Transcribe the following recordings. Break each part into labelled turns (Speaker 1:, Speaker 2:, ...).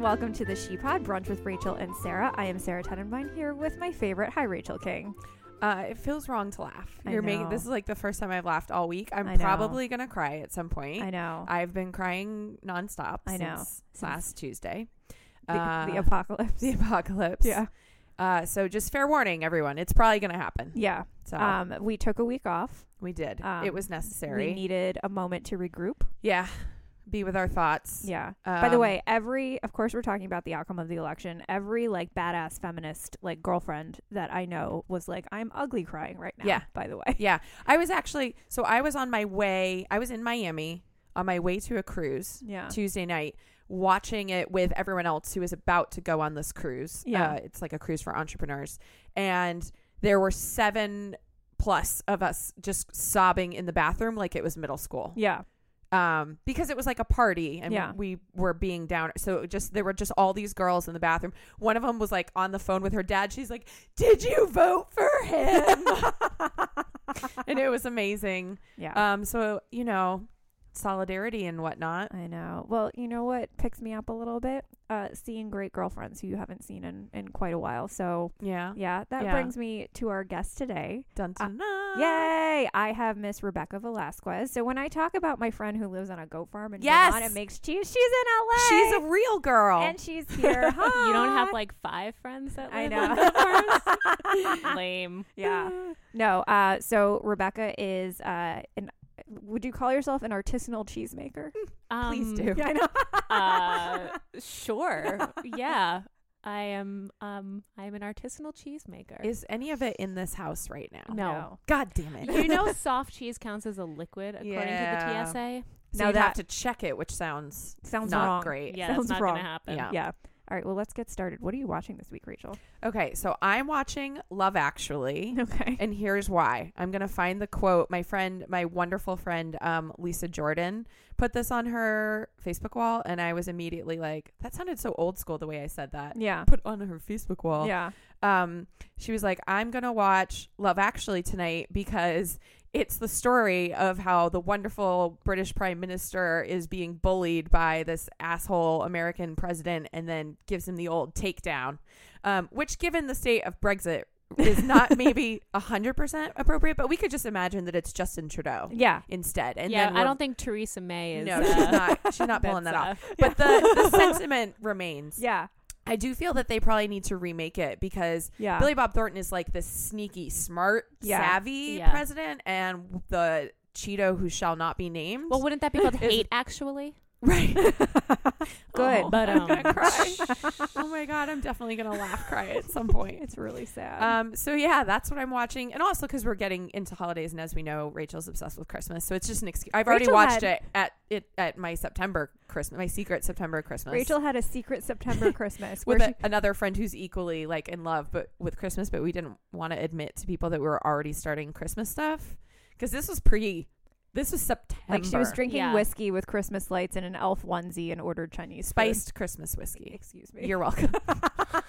Speaker 1: welcome to the She Pod Brunch with Rachel and Sarah. I am Sarah Tenenbein here with my favorite. Hi, Rachel King.
Speaker 2: Uh, it feels wrong to laugh.
Speaker 1: I
Speaker 2: You're making this
Speaker 1: know.
Speaker 2: is like the first time I've laughed all week.
Speaker 1: I
Speaker 2: I'm
Speaker 1: know.
Speaker 2: probably gonna cry at some point.
Speaker 1: I know
Speaker 2: I've been crying nonstop.
Speaker 1: I know.
Speaker 2: since,
Speaker 1: Since-
Speaker 2: last Tuesday.
Speaker 1: the,
Speaker 2: uh,
Speaker 1: the apocalypse.
Speaker 2: the apocalypse.
Speaker 1: Yeah,
Speaker 2: Uh, so just fair warning, everyone. It's probably gonna happen.
Speaker 1: yeah.
Speaker 2: So
Speaker 1: Um, we took a week off.
Speaker 2: we did.
Speaker 1: um,
Speaker 2: it was
Speaker 1: We
Speaker 2: necessary.
Speaker 1: needed a moment to regroup.
Speaker 2: yeah. Be with our thoughts.
Speaker 1: Yeah. By the
Speaker 2: Um,
Speaker 1: way, every of course we're talking about the outcome of the election. Every like badass feminist like girlfriend that I know was like, I'm ugly crying right now.
Speaker 2: Yeah.
Speaker 1: By the way.
Speaker 2: Yeah. I was actually so I was on my way. I was in Miami on my way to a cruise.
Speaker 1: Yeah.
Speaker 2: Tuesday night watching it with everyone else who is about to go on this cruise.
Speaker 1: Yeah.
Speaker 2: Uh, it's like a cruise for entrepreneurs. And there were seven plus of us just sobbing in the bathroom like it was middle school.
Speaker 1: Yeah.
Speaker 2: Um, because it was like a party and
Speaker 1: Yeah.
Speaker 2: we were being down. So it just there were just all these girls in the bathroom. One of them was like on the phone with her dad. She's like, "Did you vote for him?" and it was amazing.
Speaker 1: Yeah.
Speaker 2: Um, so you know, solidarity and whatnot.
Speaker 1: I know. Well, you know what picks me up a little bit? Uh, seeing great girlfriends who you haven't seen in, in quite a while. So
Speaker 2: Yeah.
Speaker 1: yeah, that
Speaker 2: Uh, Yeah.
Speaker 1: brings me to our guest today.
Speaker 2: Dun,
Speaker 1: Uh,
Speaker 2: dun, dun.
Speaker 1: Yay! I have Miss Rebecca Velasquez. So when I talk about my friend who lives on a goat farm in
Speaker 2: Yes!
Speaker 1: Vermont and makes cheese, she's in LA.
Speaker 2: She's a real girl.
Speaker 1: and she's here. Hi.
Speaker 3: You don't have like five friends that
Speaker 1: I
Speaker 3: live
Speaker 1: know.
Speaker 3: on the farms? Lame.
Speaker 1: yeah. No. Uh, so Rebecca is uh, an. Would you call yourself an artisanal cheesemaker?
Speaker 2: Please
Speaker 3: Um,
Speaker 2: do.
Speaker 1: I know.
Speaker 3: uh, sure. Yeah. I am um I am an artisanal cheesemaker.
Speaker 2: Is any of it in this house right now?
Speaker 3: No.
Speaker 2: God damn it.
Speaker 3: you know soft cheese counts as a liquid according
Speaker 2: Yeah.
Speaker 3: to the TSA?
Speaker 2: So
Speaker 1: Now
Speaker 2: you'd
Speaker 1: that-
Speaker 2: have to check it, which sounds
Speaker 1: Sounds
Speaker 2: not
Speaker 1: wrong.
Speaker 2: great.
Speaker 3: Yeah,
Speaker 1: Sounds
Speaker 3: that's not
Speaker 1: wrong.
Speaker 3: gonna happen.
Speaker 2: Yeah.
Speaker 1: Yeah. All right. Well, let's get started. What are you watching this week, Rachel?
Speaker 2: Okay, so I'm watching Love Actually.
Speaker 1: Okay.
Speaker 2: And here's why. I'm gonna find the quote. My friend, my wonderful friend, um, Lisa Jordan, put this on her Facebook wall, and I was immediately like, "That sounded so old school the way I said that."
Speaker 1: Yeah.
Speaker 2: Put on her Facebook wall.
Speaker 1: Yeah.
Speaker 2: um, she was like, I'm going to watch Love Actually tonight because it's the story of how the wonderful British prime minister is being bullied by this asshole American president and then gives him the old takedown, um, which, given the state of Brexit, is not maybe 100% appropriate, but we could just imagine that it's Justin Trudeau
Speaker 1: Yeah.
Speaker 2: instead. And
Speaker 3: yeah,
Speaker 2: then
Speaker 3: I
Speaker 2: we're-
Speaker 3: don't think Theresa May is
Speaker 2: No,
Speaker 3: uh,
Speaker 2: she's not. She's not pulling that
Speaker 3: that's,
Speaker 2: off.
Speaker 3: uh,
Speaker 2: But the, the sentiment remains.
Speaker 1: Yeah.
Speaker 2: I do feel that they probably need to remake it because
Speaker 1: Yeah.
Speaker 2: Billy Bob Thornton is like this sneaky, smart,
Speaker 1: Yeah.
Speaker 2: savvy
Speaker 3: Yeah.
Speaker 2: president, and the Cheeto who shall not be named.
Speaker 3: Well, wouldn't that be called
Speaker 2: Is-
Speaker 3: hate actually?
Speaker 2: right.
Speaker 1: Good.
Speaker 3: Oh, but
Speaker 2: I'm
Speaker 3: um
Speaker 2: gonna cry. oh my god, I'm definitely gonna laugh cry at some point.
Speaker 1: it's really sad.
Speaker 2: Um, so yeah, that's what I'm watching, and also because we're getting into holidays, and as we know, Rachel's obsessed with Christmas, so it's just an excuse. I've already
Speaker 1: Rachel
Speaker 2: watched
Speaker 1: had-
Speaker 2: it at it at my September Christmas, my secret September Christmas.
Speaker 1: Rachel had a secret September Christmas where
Speaker 2: with
Speaker 1: she,
Speaker 2: a, another friend who's equally like in love but with christmas but we didn't want to admit to people that we were already starting christmas stuff because this was pre this was september
Speaker 1: like she was drinking
Speaker 3: Yeah.
Speaker 1: whiskey with Christmas lights and an elf onesie and ordered Chinese food.
Speaker 2: spiced christmas whiskey
Speaker 1: Excuse me.
Speaker 2: you're welcome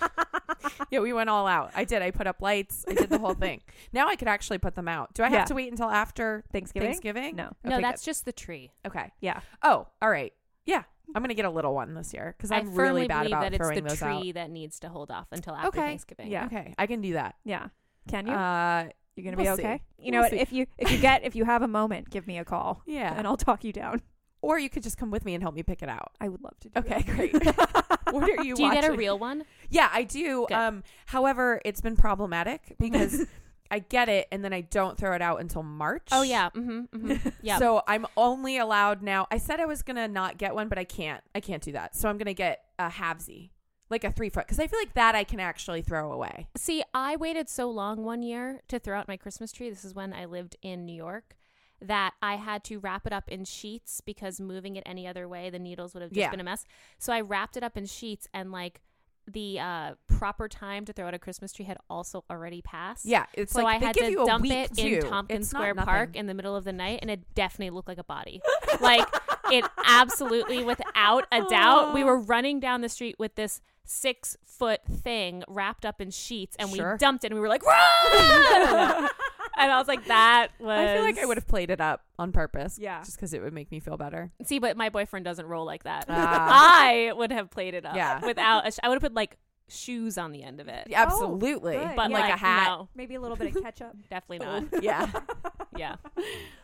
Speaker 2: yeah we went all out i did i put up lights i did the whole thing now i could actually put them out do i have
Speaker 1: Yeah.
Speaker 2: to wait until after
Speaker 1: Thanksgiving.
Speaker 2: thanksgiving
Speaker 1: No.
Speaker 3: No,
Speaker 2: Okay,
Speaker 3: that's just the tree.
Speaker 2: good. okay
Speaker 1: Yeah.
Speaker 2: oh all right yeah i'm gonna get a little one this year because
Speaker 3: I
Speaker 2: i'm really
Speaker 3: firmly
Speaker 2: bad
Speaker 3: believe
Speaker 2: about
Speaker 3: that it's
Speaker 2: throwing
Speaker 3: the
Speaker 2: those
Speaker 3: tree that needs to hold off until after
Speaker 2: Okay.
Speaker 3: Thanksgiving.
Speaker 1: Yeah.
Speaker 2: out okay i can do that
Speaker 1: Yeah. Can you?
Speaker 2: uh
Speaker 1: you're gonna
Speaker 2: we'll
Speaker 1: be
Speaker 2: see.
Speaker 1: okay. You know
Speaker 2: We'll
Speaker 1: what?
Speaker 2: see.
Speaker 1: If you if you get if you have a moment, give me a call.
Speaker 2: yeah
Speaker 1: And I'll talk you down.
Speaker 2: Or you could just come with me and help me pick it out.
Speaker 1: I would love to do
Speaker 2: Okay,
Speaker 1: that.
Speaker 2: great. What are you
Speaker 3: Do you
Speaker 2: watching?
Speaker 3: get a real one?
Speaker 2: Yeah, I do.
Speaker 3: Good.
Speaker 2: Um however, it's been problematic because I get it and then I don't throw it out until March.
Speaker 3: Oh yeah.
Speaker 2: Mm-hmm,
Speaker 3: hmm hmm Yeah.
Speaker 2: So I'm only allowed now. I said I was gonna not get one, but I can't. I can't do that. So I'm gonna get a halvesy, like a three foot, because I feel like that I can actually throw away.
Speaker 3: See, I waited so long one year to throw out my Christmas tree. This is when I lived in New York that I had to wrap it up in sheets because moving it any other way, the needles would have just
Speaker 2: Yeah.
Speaker 3: been a mess. So I wrapped it up in sheets and like the uh, proper time to throw out a Christmas tree had also already passed.
Speaker 2: Yeah, it's
Speaker 3: So
Speaker 2: like
Speaker 3: I
Speaker 2: they
Speaker 3: had
Speaker 2: give
Speaker 3: to
Speaker 2: you a
Speaker 3: dump
Speaker 2: week
Speaker 3: it
Speaker 2: too.
Speaker 3: in Tompkins
Speaker 2: It's not
Speaker 3: Square
Speaker 2: nothing.
Speaker 3: Park in the middle of the night, and it definitely looked like a body. like it absolutely, without a doubt, we were running down the street with this six foot thing wrapped up in sheets, and
Speaker 2: Sure.
Speaker 3: we dumped it, and we were like, "Run!" and I was like, that was.
Speaker 2: I feel like I would have played it up on purpose.
Speaker 1: Yeah.
Speaker 2: Just because it would make me feel better.
Speaker 3: See, but my boyfriend doesn't roll like that.
Speaker 2: Ah.
Speaker 3: I would have played it up
Speaker 2: Yeah. Oh,
Speaker 3: without. A sh- I would have put like shoes on the end of it,
Speaker 2: Absolutely.
Speaker 1: good.
Speaker 3: but
Speaker 1: Yeah.
Speaker 3: like a hat. No,
Speaker 1: Maybe a little bit of ketchup.
Speaker 3: definitely not.
Speaker 2: Yeah.
Speaker 3: Yeah.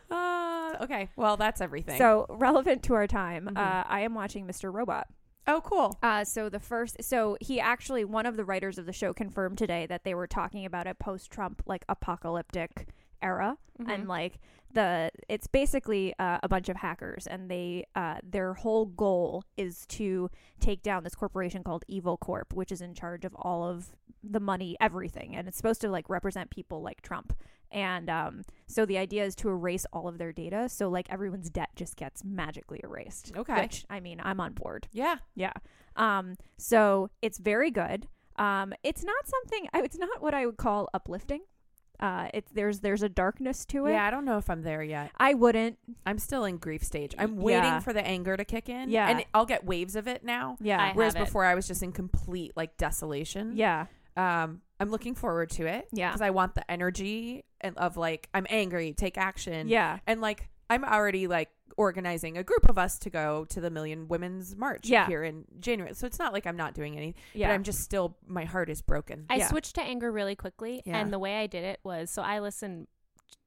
Speaker 2: Uh, okay. Well, that's everything.
Speaker 1: So relevant to our time,
Speaker 2: Mhm.
Speaker 1: uh, I am watching Mr. Robot.
Speaker 2: oh, cool.
Speaker 1: Uh, so the first, so he actually, one of the writers of the show confirmed today that they were talking about a post-Trump like apocalyptic era,
Speaker 3: Mm-hmm.
Speaker 2: Mm-hmm.
Speaker 1: and like the it's basically uh, a bunch of hackers, and they uh, their whole goal is to take down this corporation called Evil Corp, which is in charge of all of the money, everything, and it's supposed to like represent people like Trump. And um, so the idea is to erase all of their data, so like everyone's debt just gets magically erased.
Speaker 2: Okay.
Speaker 1: which I mean, I'm on board.
Speaker 2: Yeah.
Speaker 1: Yeah. Um, so it's very good. Um, it's not something. I- It's not what I would call uplifting. Uh, it's there's there's a darkness to it.
Speaker 2: Yeah. I don't know if I'm there yet.
Speaker 1: I wouldn't.
Speaker 2: I'm still in grief stage. I'm waiting
Speaker 1: Yeah.
Speaker 2: for the anger to kick in.
Speaker 1: Yeah.
Speaker 2: And I'll get waves of it now.
Speaker 1: Yeah.
Speaker 3: I-
Speaker 2: Whereas
Speaker 3: have it.
Speaker 2: before I was just in complete like desolation.
Speaker 1: yeah.
Speaker 2: Um, I'm looking forward to it.
Speaker 1: Yeah.
Speaker 2: Because I want the energy and of like I'm angry, take action.
Speaker 1: Yeah.
Speaker 2: And like I'm already like organizing a group of us to go to the Million Women's March
Speaker 1: Yeah.
Speaker 2: here in January. So it's not like I'm not doing anything. But
Speaker 1: Yeah.
Speaker 2: I'm just still my heart is broken.
Speaker 3: I
Speaker 1: Yeah.
Speaker 3: switched to anger really quickly,
Speaker 2: Yeah.
Speaker 3: and the way I did it was so I listened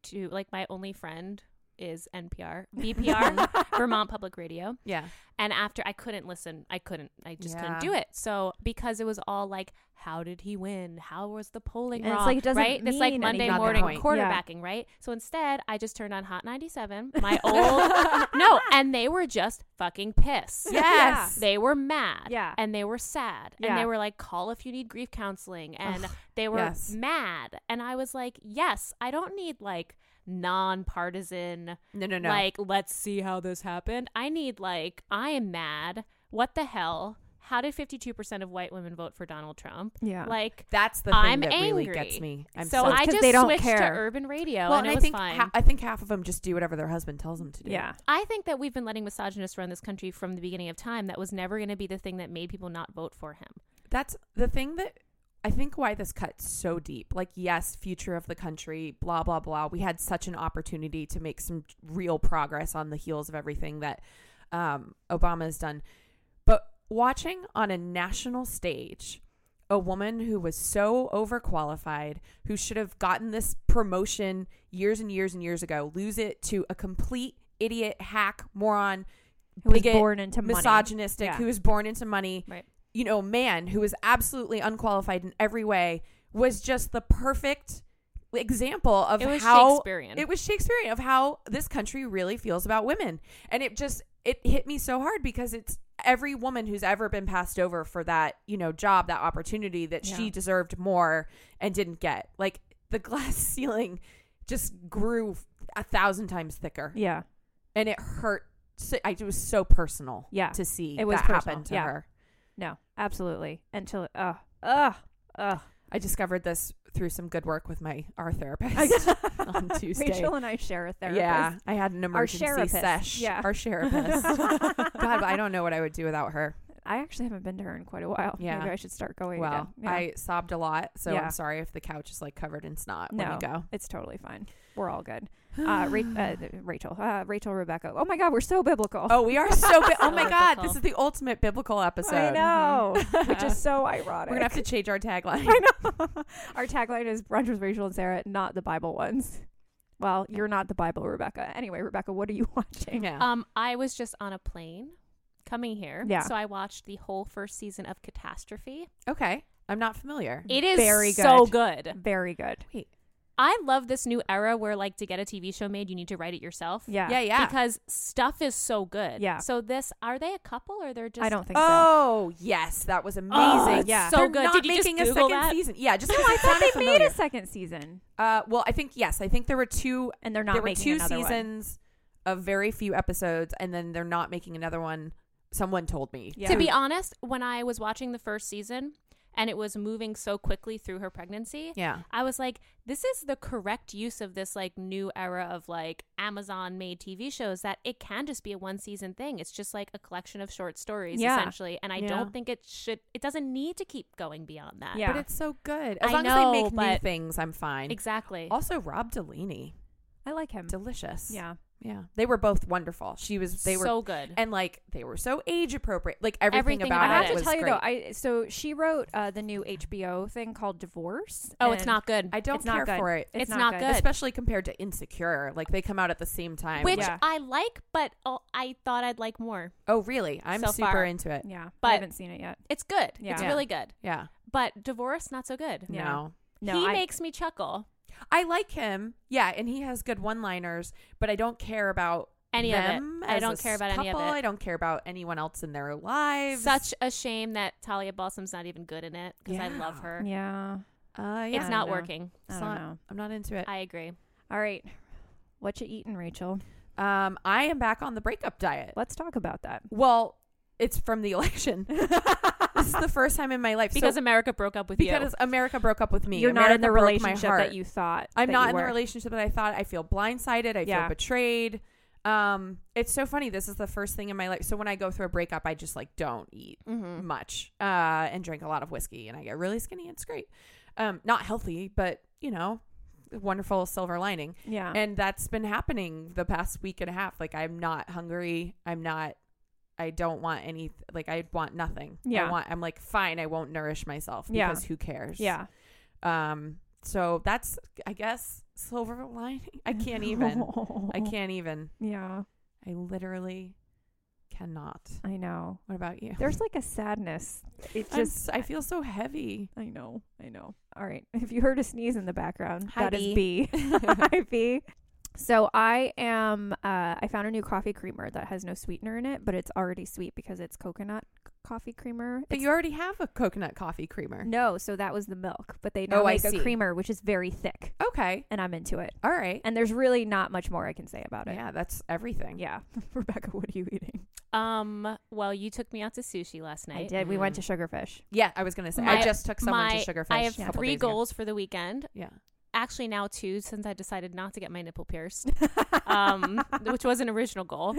Speaker 3: to like my only friend is NPR, VPR, Vermont Public Radio,
Speaker 2: yeah.
Speaker 3: and after I couldn't listen, I couldn't, I just
Speaker 2: Yeah.
Speaker 3: couldn't do it. So because it was all like, how did he win? How was the polling
Speaker 1: And it's
Speaker 3: wrong?
Speaker 1: like, it doesn't
Speaker 3: right? it's like
Speaker 1: mean
Speaker 3: Monday
Speaker 1: anything
Speaker 2: at that
Speaker 3: morning
Speaker 2: point.
Speaker 1: Yeah.
Speaker 3: quarterbacking, right? So instead, I just turned on Hot 97, my old no, and they were just fucking pissed.
Speaker 2: Yes.
Speaker 3: They were mad.
Speaker 1: Yeah.
Speaker 3: And they were sad. And
Speaker 1: Yeah.
Speaker 3: they were like, call if you need grief counseling. And
Speaker 2: Ugh,
Speaker 3: they were
Speaker 2: yes.
Speaker 3: mad. And I was like, yes, I don't need like nonpartisan,
Speaker 2: No, no, no.
Speaker 3: like, let's see how this happened. I need like, I am mad. What the hell? How did 52% of white women vote for Donald Trump?
Speaker 1: Yeah.
Speaker 3: Like,
Speaker 2: That's the thing
Speaker 3: I'm
Speaker 2: that really
Speaker 3: angry.
Speaker 2: gets me. I'm so,
Speaker 3: so, I
Speaker 1: 'cause
Speaker 3: just
Speaker 1: they don't
Speaker 3: switched to
Speaker 1: care.
Speaker 3: urban radio
Speaker 2: well, and,
Speaker 3: and, it
Speaker 2: I
Speaker 3: was
Speaker 2: think
Speaker 3: fine.
Speaker 2: ha- I think half of them just do whatever their husband tells them to do.
Speaker 1: Yeah.
Speaker 3: I think that we've been letting misogynists run this country from the beginning of time. That was never going to be the thing that made people not vote for him.
Speaker 2: That's the thing that I think why this cuts so deep. Like, yes, future of the country, blah, blah, blah. We had such an opportunity to make some real progress on the heels of everything that um, Obama has done. But watching on a national stage, a woman who was so overqualified, who should have gotten this promotion years and years and years ago, lose it to a complete idiot, hack, moron,
Speaker 1: Who was
Speaker 2: bigot,
Speaker 1: born into money.
Speaker 2: misogynistic,
Speaker 1: Yeah.
Speaker 2: who was born into money,
Speaker 3: Right.
Speaker 2: you know, man who was absolutely unqualified in every way was just the perfect example of
Speaker 3: It was
Speaker 2: how
Speaker 3: Shakespearean.
Speaker 2: it was Shakespearean of how this country really feels about women, and it just it hit me so hard because it's every woman who's ever been passed over for that you know job that opportunity that she
Speaker 1: Yeah.
Speaker 2: deserved more and didn't get like the glass ceiling just grew a thousand times thicker
Speaker 1: Yeah.
Speaker 2: and it hurt. So, I, it was so personal.
Speaker 1: Yeah.
Speaker 2: to see
Speaker 1: It was
Speaker 2: that happen
Speaker 1: personal.
Speaker 2: to
Speaker 1: Yeah.
Speaker 2: her.
Speaker 1: No. Absolutely. Until uh uh uh.
Speaker 2: I discovered this through some good work with my our therapist on Tuesday.
Speaker 1: Rachel and I share a therapist.
Speaker 2: Yeah, I had an emergency
Speaker 1: therapist.
Speaker 2: sesh.
Speaker 1: Yeah.
Speaker 2: Our therapist. God, but I don't know what I would do without her.
Speaker 1: I actually haven't been to her in quite a while.
Speaker 2: Yeah.
Speaker 1: Maybe I should start going
Speaker 2: Well,
Speaker 1: again. Yeah.
Speaker 2: I sobbed a lot, so
Speaker 1: Yeah.
Speaker 2: I'm sorry if the couch is like covered in snot
Speaker 1: No.
Speaker 2: when we go.
Speaker 1: It's totally fine. We're all good. Uh, Ra- uh, Rachel, uh, Rachel, Rebecca. Oh my God, we're so biblical.
Speaker 2: Oh, we are so. Bi- oh my
Speaker 3: So
Speaker 2: God,
Speaker 3: biblical.
Speaker 2: this is the ultimate biblical episode.
Speaker 1: I know, which
Speaker 2: Yeah.
Speaker 1: is so ironic.
Speaker 2: We're gonna have to change our tagline.
Speaker 1: I know. Our tagline is brunch with Rachel and Sarah, not the Bible ones. Well, you're not the Bible, Rebecca. Anyway, Rebecca, what are you watching?
Speaker 2: Yeah.
Speaker 3: Um, I was just on a plane coming here.
Speaker 1: Yeah.
Speaker 3: So I watched the whole first season of Catastrophe.
Speaker 2: okay. I'm not familiar.
Speaker 3: It is
Speaker 1: Mm-hmm. Very
Speaker 3: so good.
Speaker 1: Very good.
Speaker 3: I love this new era where like to get a TV show made, you need to write it yourself.
Speaker 1: Yeah.
Speaker 2: Yeah. Yeah.
Speaker 3: Because stuff is so good.
Speaker 1: Yeah.
Speaker 3: So this are they a couple or they're just
Speaker 1: I don't think
Speaker 2: Oh yes, that was amazing.
Speaker 1: it's Yeah.
Speaker 3: so
Speaker 2: They're
Speaker 3: good.
Speaker 2: Not
Speaker 3: Did you just
Speaker 2: making a
Speaker 3: Google
Speaker 2: second
Speaker 3: that?
Speaker 2: season. Yeah, just Oh, because
Speaker 1: so. I
Speaker 2: it
Speaker 1: thought
Speaker 2: sounded
Speaker 1: they
Speaker 2: familiar.
Speaker 1: made a second season,
Speaker 2: Uh, well, I think yes. I think there were two.
Speaker 1: and they're not
Speaker 2: there were
Speaker 1: making
Speaker 2: two
Speaker 1: another one.
Speaker 2: seasons of very few episodes, and then they're not making another one. Someone told me.
Speaker 1: Yeah.
Speaker 3: To be honest, when I was watching the first season, and it was moving so quickly through her pregnancy.
Speaker 2: Yeah.
Speaker 3: I was like, this is the correct use of this like new era of like Amazon made TV shows that it can just be a one season thing. It's just like a collection of short stories
Speaker 1: Yeah.
Speaker 3: essentially. And I
Speaker 2: Yeah.
Speaker 3: don't think it should it doesn't need to keep going beyond that.
Speaker 1: Yeah.
Speaker 2: But it's so good. As
Speaker 3: I
Speaker 2: long
Speaker 3: know,
Speaker 2: as they make new
Speaker 3: but-
Speaker 2: things, I'm fine.
Speaker 3: Exactly.
Speaker 2: Also, Rob Delaney,
Speaker 1: I like him.
Speaker 2: delicious.
Speaker 1: Yeah.
Speaker 2: yeah. They were both wonderful. She was. They were
Speaker 3: so good.
Speaker 2: and like they were so age appropriate. Like everything,
Speaker 3: Everything
Speaker 2: about,
Speaker 1: I
Speaker 3: about
Speaker 2: it,
Speaker 1: have to
Speaker 2: was
Speaker 1: tell you
Speaker 2: great.
Speaker 1: though, I so she wrote uh, the new HBO thing called Divorce.
Speaker 3: oh, it's
Speaker 1: and
Speaker 3: not good.
Speaker 2: I don't
Speaker 1: it's
Speaker 2: care
Speaker 1: not good.
Speaker 2: for it,
Speaker 3: It's not good.
Speaker 2: especially compared to Insecure. Like they come out at the same time.
Speaker 3: which
Speaker 2: like-
Speaker 1: Yeah.
Speaker 3: I like, but oh, I thought I'd like more.
Speaker 2: oh really? I'm
Speaker 3: So
Speaker 2: super
Speaker 3: far.
Speaker 2: into it.
Speaker 1: Yeah, I
Speaker 3: But-
Speaker 1: haven't seen it yet.
Speaker 3: It's good. It's
Speaker 1: Yeah.
Speaker 3: really good.
Speaker 2: Yeah.
Speaker 3: But divorce, not so good.
Speaker 1: Yeah.
Speaker 2: No.
Speaker 1: No,
Speaker 3: he
Speaker 1: I,
Speaker 3: makes me chuckle.
Speaker 2: I like him. Yeah, and he has good one-liners, but I don't care about
Speaker 3: Any of it.
Speaker 2: them
Speaker 3: I
Speaker 2: as
Speaker 3: don't
Speaker 2: a
Speaker 3: care about any of
Speaker 2: couple.
Speaker 3: it.
Speaker 2: I don't care about anyone else in their lives.
Speaker 3: Such a shame that Talia Balsam's not even good in it because I
Speaker 2: Yeah.
Speaker 3: love her.
Speaker 1: yeah,
Speaker 2: uh, yeah,
Speaker 3: It's
Speaker 1: I
Speaker 3: not
Speaker 1: don't know.
Speaker 3: working.
Speaker 1: I
Speaker 2: it's
Speaker 1: don't
Speaker 2: not-
Speaker 1: know.
Speaker 2: I'm not into it.
Speaker 3: I agree.
Speaker 1: All right, what you eating, Rachel?
Speaker 2: um, I am back on the breakup diet.
Speaker 1: Let's talk about that.
Speaker 2: Well, it's from the election. this is the first time in my life So-
Speaker 3: Because America broke up with you.
Speaker 2: because America broke up with me.
Speaker 1: You're not in the
Speaker 2: America broke my
Speaker 1: relationship
Speaker 2: heart.
Speaker 1: that you thought.
Speaker 2: I'm
Speaker 1: that
Speaker 2: not
Speaker 1: you
Speaker 2: in
Speaker 1: were.
Speaker 2: the relationship that I thought. I feel blindsided. I
Speaker 1: Yeah.
Speaker 2: feel betrayed. Um, it's so funny. This is the first thing in my life. So when I go through a breakup, I just like don't eat
Speaker 1: Mm.
Speaker 3: Mhm.
Speaker 2: much uh, and drink a lot of whiskey, and I get really skinny. It's great. Um, not healthy, but you know, wonderful silver lining.
Speaker 1: Yeah,
Speaker 2: And that's been happening the past week and a half. Like I'm not hungry. I'm not. I don't want any. Like I want nothing.
Speaker 1: Yeah.
Speaker 2: I want. I'm like fine. I won't nourish myself
Speaker 1: Yeah.
Speaker 2: because who cares?
Speaker 1: yeah.
Speaker 2: Um, so that's I guess silver lining. I can't even. I can't even.
Speaker 1: Yeah,
Speaker 2: I literally cannot.
Speaker 1: I know.
Speaker 2: What about you?
Speaker 1: There's like a sadness. It
Speaker 2: I'm
Speaker 1: just.
Speaker 2: s- I feel so heavy.
Speaker 1: I know. I know. All right. If you heard a sneeze in the background,
Speaker 3: Hi,
Speaker 1: that is B. Hi B. So I am. Uh, I found a new coffee creamer that has no sweetener in it, but it's already sweet because it's coconut c- coffee creamer.
Speaker 2: But you already have a coconut coffee creamer.
Speaker 1: No, so that was the milk, but they now
Speaker 2: Oh, I
Speaker 1: make a
Speaker 2: see.
Speaker 1: creamer which is very thick,
Speaker 2: Okay.
Speaker 1: and I'm into it.
Speaker 2: All right.
Speaker 1: And there's really not much more I can say about it.
Speaker 2: Yeah, that's everything.
Speaker 1: Yeah. Rebecca, what are you eating?
Speaker 3: um, well, you took me out to sushi last night.
Speaker 1: I did. We went to Sugarfish.
Speaker 2: Yeah, I was gonna say.
Speaker 3: My-
Speaker 2: I just took someone
Speaker 3: my-
Speaker 2: to Sugarfish.
Speaker 3: I have
Speaker 2: a couple
Speaker 3: three
Speaker 2: days ago.
Speaker 3: goals for the weekend.
Speaker 2: Yeah.
Speaker 3: Actually, now two, since I decided not to get my nipple pierced, um, which was an original goal.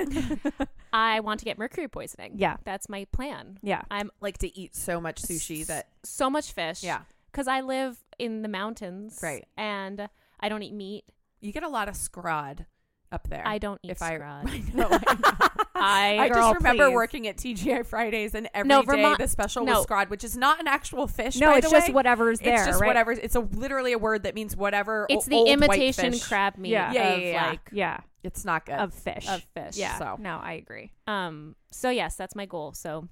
Speaker 3: I want to get mercury poisoning.
Speaker 1: Yeah.
Speaker 3: That's my plan.
Speaker 1: Yeah.
Speaker 3: I'm
Speaker 2: Like to eat so much sushi that.
Speaker 3: so much fish.
Speaker 2: Yeah.
Speaker 3: Because I live in the mountains.
Speaker 2: Right.
Speaker 3: And I don't eat meat.
Speaker 2: You get a lot of scrod up there.
Speaker 3: I don't eat
Speaker 2: If I-
Speaker 3: scrod. I,
Speaker 2: know, I know. I
Speaker 1: Girl,
Speaker 2: just remember
Speaker 1: please.
Speaker 2: working at TGI Fridays and every day
Speaker 3: No, Vermont-
Speaker 2: the special
Speaker 3: no.
Speaker 2: was scrod, which is not an actual fish.
Speaker 1: No,
Speaker 2: by
Speaker 1: it's
Speaker 2: the
Speaker 1: just
Speaker 2: way.
Speaker 1: whatever's there.
Speaker 2: It's just
Speaker 1: right?
Speaker 2: whatever. It's a literally a word that means whatever.
Speaker 3: it's
Speaker 2: o-
Speaker 3: the
Speaker 2: old white
Speaker 3: imitation
Speaker 2: fish.
Speaker 3: crab meat
Speaker 1: Yeah.
Speaker 2: Yeah,
Speaker 3: of
Speaker 2: yeah, yeah.
Speaker 3: like
Speaker 1: Yeah.
Speaker 2: It's not good.
Speaker 1: Of fish.
Speaker 3: of fish.
Speaker 1: yeah.
Speaker 2: so.
Speaker 1: No, I agree.
Speaker 3: Um. So yes, that's my goal. So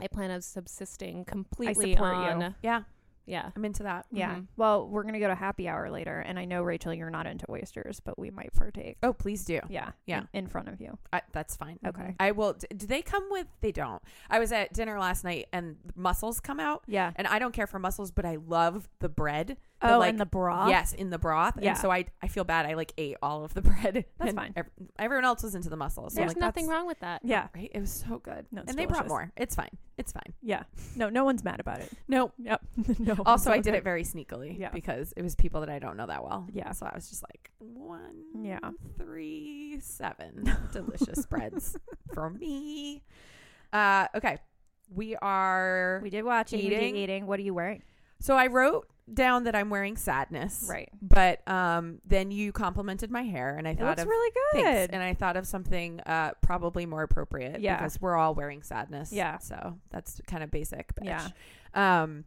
Speaker 3: I plan on subsisting completely
Speaker 1: support you.
Speaker 3: on.
Speaker 2: yeah,
Speaker 3: Yeah.
Speaker 2: I'm into that.
Speaker 1: Yeah.
Speaker 3: Mhm.
Speaker 1: Well, we're gonna go to happy hour later, and I know Rachel, you're not into oysters, but we might partake.
Speaker 2: Oh, please do.
Speaker 1: Yeah.
Speaker 2: Yeah.
Speaker 1: In, in front of you.
Speaker 2: I, that's fine. Mm-hmm.
Speaker 1: Okay.
Speaker 2: I will. d- Do they come with? They don't. I was at dinner last night and mussels come out,
Speaker 1: Yeah.
Speaker 2: and I don't care for mussels, but I love the bread. The,
Speaker 1: oh,
Speaker 2: like,
Speaker 1: and the broth.
Speaker 2: Yes, in the broth.
Speaker 1: Yeah.
Speaker 2: And so I, I feel bad. I like ate all of the bread.
Speaker 1: That's
Speaker 2: and
Speaker 1: fine.
Speaker 2: ev- everyone else was into the mussels. So I'm
Speaker 3: There's
Speaker 2: like,
Speaker 3: nothing
Speaker 2: that's-
Speaker 3: wrong with that.
Speaker 1: Yeah.
Speaker 2: Right? It was so good.
Speaker 1: No, it's
Speaker 2: and they brought
Speaker 1: delicious.
Speaker 2: more. It's fine. It's fine.
Speaker 1: Yeah. No, no one's mad about it.
Speaker 2: No.
Speaker 1: Yep. no.
Speaker 2: Also, I did it very sneakily
Speaker 1: Yeah.
Speaker 2: because it was people that I don't know that well.
Speaker 1: Yeah.
Speaker 2: So I was just like, one,
Speaker 1: Yeah.
Speaker 2: three, seven delicious breads for me. Uh, okay. We are.
Speaker 1: We did watch it. You did
Speaker 2: Eating.
Speaker 1: eating. What are you wearing?
Speaker 2: So I wrote down that I'm wearing sadness.
Speaker 1: Right.
Speaker 2: But um, then you complimented my hair, and I
Speaker 1: It
Speaker 2: thought
Speaker 1: looks
Speaker 2: of
Speaker 1: really good.
Speaker 2: Thanks. And I thought of something uh, probably more appropriate
Speaker 1: Yeah.
Speaker 2: because we're all wearing sadness.
Speaker 1: Yeah.
Speaker 2: So that's kind of basic. Bitch.
Speaker 1: Yeah.
Speaker 2: Um,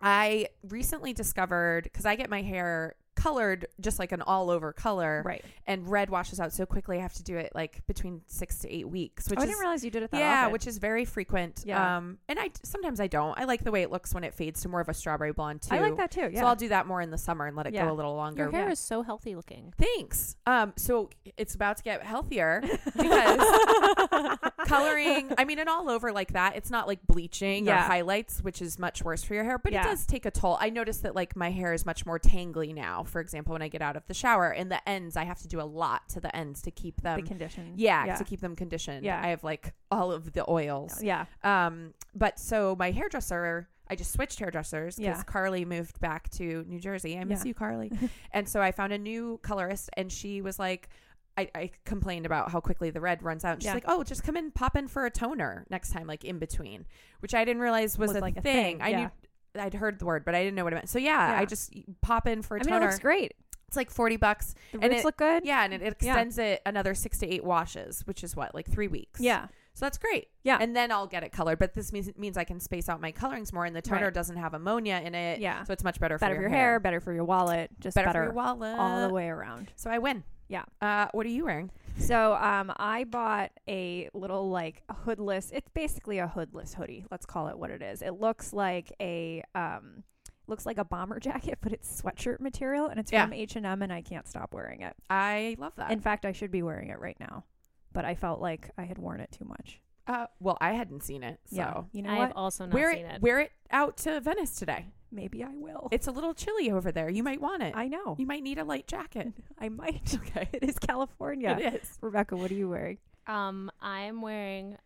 Speaker 2: I recently discovered because I get my hair colored just like an all over color,
Speaker 1: right.
Speaker 2: and red washes out so quickly. I have to do it like between six to eight weeks, which
Speaker 1: Oh, I
Speaker 2: is
Speaker 1: didn't realize you did it that
Speaker 2: yeah,
Speaker 1: often.
Speaker 2: which is very frequent.
Speaker 1: Yeah.
Speaker 2: Um, and I sometimes I don't. I like the way it looks when it fades to more of a strawberry blonde too.
Speaker 1: I like that too. Yeah.
Speaker 2: So I'll do that more in the summer and let it
Speaker 1: Yeah.
Speaker 2: go a little longer.
Speaker 3: Your hair
Speaker 1: Yeah.
Speaker 3: is so healthy looking.
Speaker 2: Thanks. Um, so it's about to get healthier because coloring. I mean, and all over like that. It's not like bleaching
Speaker 1: Yeah.
Speaker 2: or highlights, which is much worse for your hair, but
Speaker 1: Yeah.
Speaker 2: it does take a toll. I noticed that like my hair is much more tangly now. For example, when I get out of the shower, and the ends, I have to do a lot to the ends to keep them.
Speaker 1: the condition.
Speaker 2: yeah,
Speaker 1: um, Yeah.
Speaker 2: to keep them conditioned.
Speaker 1: Yeah.
Speaker 2: I have like all of the oils.
Speaker 1: yeah.
Speaker 2: Um, but so my hairdresser. I just switched hairdressers because
Speaker 1: Yeah.
Speaker 2: Carly moved back to New Jersey. I miss
Speaker 1: Yeah.
Speaker 2: you, Carly. and so I found a new colorist, and she was like, I, I complained about how quickly the red runs out. And she's
Speaker 1: Yeah.
Speaker 2: like, "Oh, just come in, pop in for a toner next time, like in between," which I didn't realize was, a, thing. I
Speaker 1: yeah.
Speaker 2: knew I'd heard the word, but I didn't know what it meant. So yeah,
Speaker 1: Yeah.
Speaker 2: I just pop in for a
Speaker 1: I mean, it
Speaker 2: toner.
Speaker 1: looks great.
Speaker 2: it's like forty bucks.
Speaker 1: The
Speaker 2: And
Speaker 1: roots
Speaker 2: it-
Speaker 1: look good.
Speaker 2: Yeah, and it
Speaker 1: Yeah.
Speaker 2: extends it another six to eight washes, which is what like three weeks.
Speaker 1: Yeah.
Speaker 2: so that's great.
Speaker 1: Yeah.
Speaker 2: and then I'll get it colored. But this means means I can space out my colorings more, and the toner
Speaker 1: Right.
Speaker 2: doesn't have ammonia in it.
Speaker 1: Yeah.
Speaker 2: so it's much better,
Speaker 1: Better
Speaker 2: for
Speaker 1: for
Speaker 2: your
Speaker 1: hair, better for your wallet, just
Speaker 2: better,
Speaker 1: better,
Speaker 2: for your wallet,
Speaker 1: all the way around.
Speaker 2: So I win.
Speaker 1: Yeah.
Speaker 2: Uh, what are you wearing?
Speaker 1: So um, I bought a little like hoodless. It's basically a hoodless hoodie. Let's call it what it is. It looks like a um, looks like a bomber jacket, but it's sweatshirt material, and it's
Speaker 2: Yeah.
Speaker 1: from H and M, and I can't stop wearing it.
Speaker 2: I love that.
Speaker 1: In fact, I should be wearing it right now, but I felt like I had worn it too much.
Speaker 2: uh, well, I hadn't seen it, so
Speaker 1: yeah, you know
Speaker 3: I
Speaker 1: what?
Speaker 3: have also not
Speaker 2: wear it,
Speaker 3: seen it.
Speaker 2: Wear it out to Venice today.
Speaker 1: Maybe I will.
Speaker 2: It's a little chilly over there. You might want it.
Speaker 1: I know.
Speaker 2: you might need a light jacket.
Speaker 1: I might.
Speaker 2: Okay,
Speaker 1: It is California.
Speaker 2: it is.
Speaker 1: Rebecca, what are you wearing?
Speaker 3: Um, I'm wearing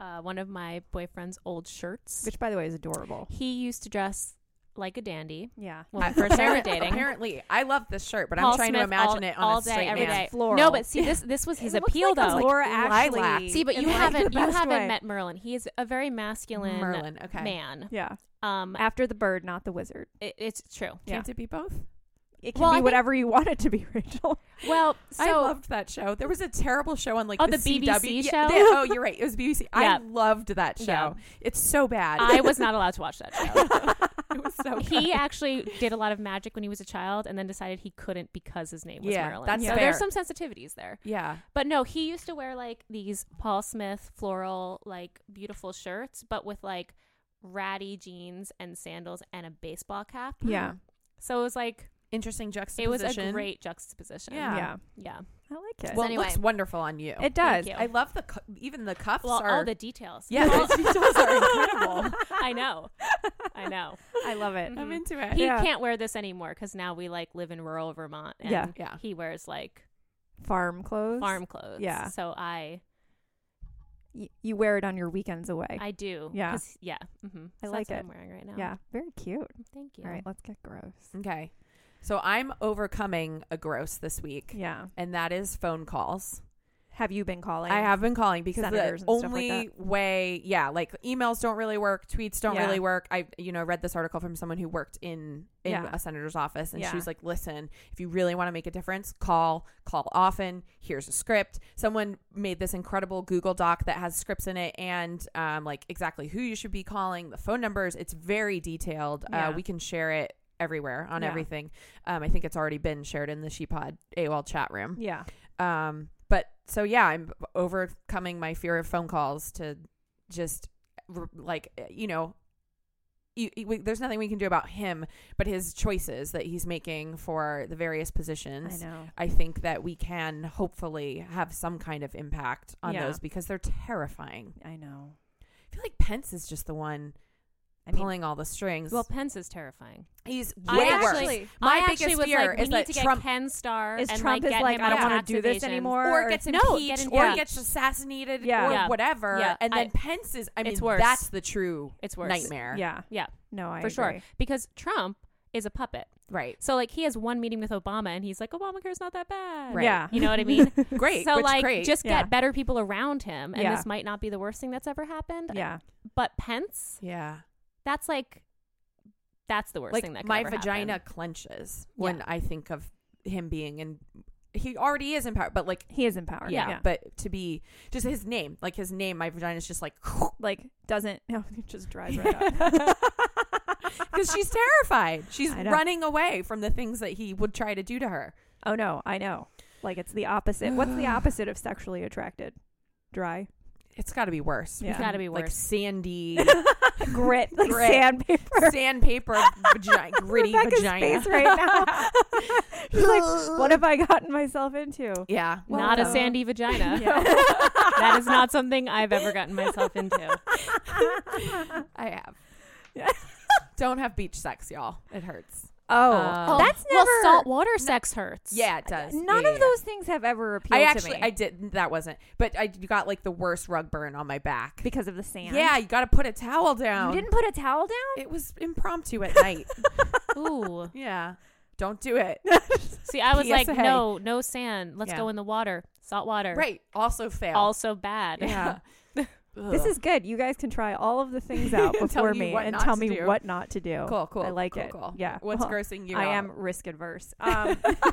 Speaker 3: uh, one of my boyfriend's old shirts.
Speaker 1: Which, by the way, is adorable.
Speaker 3: he used to dress like a dandy
Speaker 1: Yeah.
Speaker 3: when we first started dating.
Speaker 2: Apparently, I love this shirt, but I'm
Speaker 3: Paul
Speaker 2: trying to
Speaker 3: Smith
Speaker 2: imagine
Speaker 3: all-
Speaker 2: it on
Speaker 3: all
Speaker 2: a
Speaker 3: day,
Speaker 2: straight
Speaker 3: every
Speaker 2: man.
Speaker 1: It's
Speaker 3: day.
Speaker 1: floral.
Speaker 3: No, but see this this was his appeal
Speaker 2: like a
Speaker 3: though.
Speaker 2: like
Speaker 1: Laura
Speaker 2: lilac.
Speaker 1: Ashley.
Speaker 3: see, but
Speaker 1: in,
Speaker 3: you
Speaker 1: like,
Speaker 3: haven't
Speaker 1: the
Speaker 3: you
Speaker 1: best
Speaker 3: haven't
Speaker 1: way.
Speaker 3: met Merlin. He is a very masculine
Speaker 2: Merlin. Okay.
Speaker 3: man.
Speaker 1: Yeah.
Speaker 3: Um,
Speaker 1: After the bird, not the wizard.
Speaker 3: it, it's true.
Speaker 1: Yeah.
Speaker 2: Can't it be both?
Speaker 1: It can
Speaker 3: Well, I
Speaker 1: be
Speaker 3: think-
Speaker 1: whatever you want it to be, Rachel.
Speaker 3: Well, so
Speaker 2: I loved that show. There was a terrible show on like
Speaker 3: Oh,
Speaker 2: the,
Speaker 3: the
Speaker 2: CW.
Speaker 3: BBC
Speaker 2: Yeah,
Speaker 3: show?
Speaker 2: they- oh, you're right. It was BBC. I
Speaker 3: Yeah.
Speaker 2: loved that show.
Speaker 3: Yeah.
Speaker 2: It's so bad.
Speaker 3: I was not allowed to watch that show.
Speaker 2: it was so.
Speaker 3: he actually did a lot of magic when he was a child and then decided he couldn't because his name was
Speaker 2: Yeah,
Speaker 3: Merlin.
Speaker 2: that's
Speaker 3: so
Speaker 2: fair.
Speaker 3: there's some sensitivities there.
Speaker 2: yeah.
Speaker 3: But no, he used to wear like these Paul Smith floral, like beautiful shirts, but with like ratty jeans and sandals and a baseball cap.
Speaker 1: Yeah.
Speaker 3: So it was like
Speaker 2: Interesting
Speaker 3: Mm. it was
Speaker 2: juxtaposition.
Speaker 3: a great juxtaposition.
Speaker 2: Yeah.
Speaker 3: Yeah.
Speaker 1: I like it.
Speaker 2: Well,
Speaker 3: anyway.
Speaker 2: it looks wonderful on you.
Speaker 1: it does.
Speaker 3: you.
Speaker 2: I love the cu- even the cuffs
Speaker 3: Well,
Speaker 2: are.
Speaker 3: all the details.
Speaker 2: yeah,
Speaker 3: All-
Speaker 2: the details are incredible.
Speaker 3: I know. I know.
Speaker 1: I love it.
Speaker 2: I'm
Speaker 3: Mhm.
Speaker 2: into it.
Speaker 3: He
Speaker 1: Yeah.
Speaker 3: can't wear this anymore because now we like live in rural Vermont. And
Speaker 1: Yeah.
Speaker 2: Yeah.
Speaker 3: He wears like
Speaker 1: Farm clothes.
Speaker 3: farm clothes.
Speaker 1: Yeah.
Speaker 3: So I
Speaker 1: Y- you wear it on your weekends away.
Speaker 3: I do.
Speaker 1: Yeah.
Speaker 3: 'cause- Yeah. hmm
Speaker 1: I
Speaker 3: so
Speaker 1: like
Speaker 3: that's what
Speaker 1: it.
Speaker 3: I'm wearing right now.
Speaker 1: yeah. Very cute.
Speaker 3: Thank you.
Speaker 1: All right. Let's get gross.
Speaker 2: Okay. So I'm overcoming a gross this week,
Speaker 1: Yeah.
Speaker 2: and that is phone calls.
Speaker 1: Have you been calling?
Speaker 2: I have been calling because the
Speaker 1: senators and stuff like
Speaker 2: only way, yeah, like emails don't really work, tweets don't
Speaker 1: Yeah.
Speaker 2: really work. I, you know, read this article from someone who worked in in
Speaker 1: Yeah.
Speaker 2: a senator's office, and
Speaker 1: Yeah.
Speaker 2: she was like, "Listen, if you really want to make a difference, call, call often. Here's a script. Someone made this incredible Google Doc that has scripts in it and um, like exactly who you should be calling, the phone numbers. It's very detailed.
Speaker 1: Yeah.
Speaker 2: Uh, we can share it." Everywhere on
Speaker 1: Yeah.
Speaker 2: everything. Um, I think it's already been shared in the SheePod AOL chat room.
Speaker 1: Yeah.
Speaker 2: Um, but so yeah, I'm overcoming my fear of phone calls to just r- like eh, you know, you, you- we, there's nothing we can do about him, but his choices that he's making for the various
Speaker 1: I
Speaker 2: positions.
Speaker 1: know.
Speaker 2: I think that we can hopefully have some kind of impact on
Speaker 1: Yeah.
Speaker 2: those because they're terrifying.
Speaker 1: I know.
Speaker 2: I feel like Pence is just the one
Speaker 1: I mean,
Speaker 2: pulling all the strings.
Speaker 3: Well, Pence is terrifying.
Speaker 2: he's
Speaker 3: I
Speaker 2: way
Speaker 3: actually-
Speaker 2: worse. My
Speaker 3: I
Speaker 2: biggest
Speaker 3: actually was
Speaker 2: fear
Speaker 3: like, we
Speaker 2: is
Speaker 3: need
Speaker 2: that
Speaker 3: to get
Speaker 2: Trump
Speaker 3: Ken Starr
Speaker 1: is
Speaker 3: and
Speaker 1: Trump
Speaker 3: like,
Speaker 1: is
Speaker 3: get
Speaker 1: like,
Speaker 3: him
Speaker 1: I
Speaker 3: on
Speaker 1: don't want
Speaker 3: tax
Speaker 1: to do this
Speaker 3: evasion.
Speaker 1: anymore.
Speaker 2: or gets
Speaker 3: No, get
Speaker 2: impeached,
Speaker 3: in-
Speaker 2: or
Speaker 3: yeah.
Speaker 2: gets assassinated,
Speaker 1: Yeah.
Speaker 2: or
Speaker 3: Yeah.
Speaker 2: whatever.
Speaker 3: Yeah.
Speaker 2: And then
Speaker 3: I-
Speaker 2: Pence is. I mean,
Speaker 3: it's worse.
Speaker 2: that's the true
Speaker 3: It's worse.
Speaker 2: nightmare.
Speaker 1: yeah.
Speaker 3: Yeah,
Speaker 1: No, I
Speaker 3: for sure.
Speaker 1: agree.
Speaker 3: Because Trump is a puppet.
Speaker 2: right.
Speaker 3: So like he has one meeting with Obama and he's like, Obamacare's not that bad.
Speaker 2: Right.
Speaker 1: Yeah.
Speaker 3: You know what I mean?
Speaker 2: Great.
Speaker 3: so
Speaker 2: which
Speaker 3: like
Speaker 2: great.
Speaker 3: just
Speaker 1: Yeah.
Speaker 3: get better people around him and
Speaker 1: Yeah.
Speaker 3: this might not be the worst thing that's ever happened.
Speaker 1: yeah.
Speaker 3: But Pence,
Speaker 2: yeah,
Speaker 3: that's like that's the worst
Speaker 2: like
Speaker 3: thing that could
Speaker 2: my
Speaker 3: ever happen.
Speaker 2: vagina clenches
Speaker 3: Yeah.
Speaker 2: when I think of him being in. He already is in power, but like,
Speaker 1: He is in power.
Speaker 3: Yeah.
Speaker 1: yeah.
Speaker 2: but to be just his name, like his name, my vagina is just like
Speaker 1: Like doesn't. No, it just dries right up.
Speaker 2: because she's terrified. She's
Speaker 1: I know.
Speaker 2: running away from the things that he would try to do to her.
Speaker 1: Oh no, I know. Like it's the opposite. What's the opposite of sexually attracted? Dry.
Speaker 2: It's got to be worse.
Speaker 1: Yeah. It's
Speaker 3: gotta be
Speaker 2: Like
Speaker 3: worse.
Speaker 2: sandy,
Speaker 1: Grit, like
Speaker 2: Grit.
Speaker 1: sandpaper.
Speaker 2: sandpaper, vagina, gritty
Speaker 1: Rebecca's
Speaker 2: vagina.
Speaker 1: face right now. She's like, what have I gotten myself into?
Speaker 2: Yeah.
Speaker 1: Well,
Speaker 3: not a
Speaker 1: no.
Speaker 3: sandy vagina.
Speaker 1: Yeah.
Speaker 3: that is not something I've ever gotten myself into. Oh.
Speaker 2: I have. Don't have beach sex, y'all. It hurts.
Speaker 1: Oh,
Speaker 2: Um,
Speaker 1: that's never.
Speaker 3: well, salt water sex hurts.
Speaker 2: Yeah, it does.
Speaker 1: None
Speaker 2: Yeah,
Speaker 1: of
Speaker 2: yeah, yeah.
Speaker 1: those things have ever appealed
Speaker 2: I actually,
Speaker 1: to me
Speaker 2: I did. That wasn't. But I got like the worst rug burn on my back.
Speaker 1: because of the sand.
Speaker 2: Yeah, you got to put a towel
Speaker 1: you
Speaker 2: down.
Speaker 1: didn't put a towel down.
Speaker 2: it was impromptu at night.
Speaker 3: Ooh.
Speaker 2: yeah. Don't do it.
Speaker 3: See, I was like,
Speaker 2: PSA.
Speaker 3: no, no sand. Let's
Speaker 2: Yeah.
Speaker 3: go in the water. Salt water.
Speaker 2: right. Also fail.
Speaker 3: Also bad.
Speaker 2: Yeah.
Speaker 1: This
Speaker 2: Ugh.
Speaker 1: is good. You guys can try all of the things out
Speaker 2: Tell
Speaker 1: before
Speaker 2: you
Speaker 1: me
Speaker 2: what
Speaker 1: and
Speaker 2: not
Speaker 1: tell
Speaker 2: to
Speaker 1: me
Speaker 2: do.
Speaker 1: what not to do.
Speaker 2: cool. Cool.
Speaker 1: I like
Speaker 2: cool,
Speaker 1: it.
Speaker 2: Cool.
Speaker 1: Yeah,
Speaker 2: What's
Speaker 1: Well,
Speaker 2: grossing you?
Speaker 1: I
Speaker 2: out?
Speaker 1: am risk adverse. Um,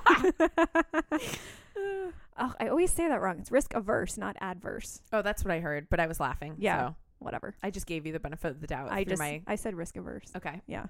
Speaker 1: oh, I always say that wrong. It's risk averse, not adverse.
Speaker 2: Oh, that's what I heard. But I was laughing.
Speaker 1: Yeah.
Speaker 2: So
Speaker 1: Whatever.
Speaker 2: I just gave you the benefit of the doubt.
Speaker 1: I
Speaker 2: Oh, through
Speaker 1: just
Speaker 2: My,
Speaker 1: I said risk averse.
Speaker 2: okay.
Speaker 1: Yeah.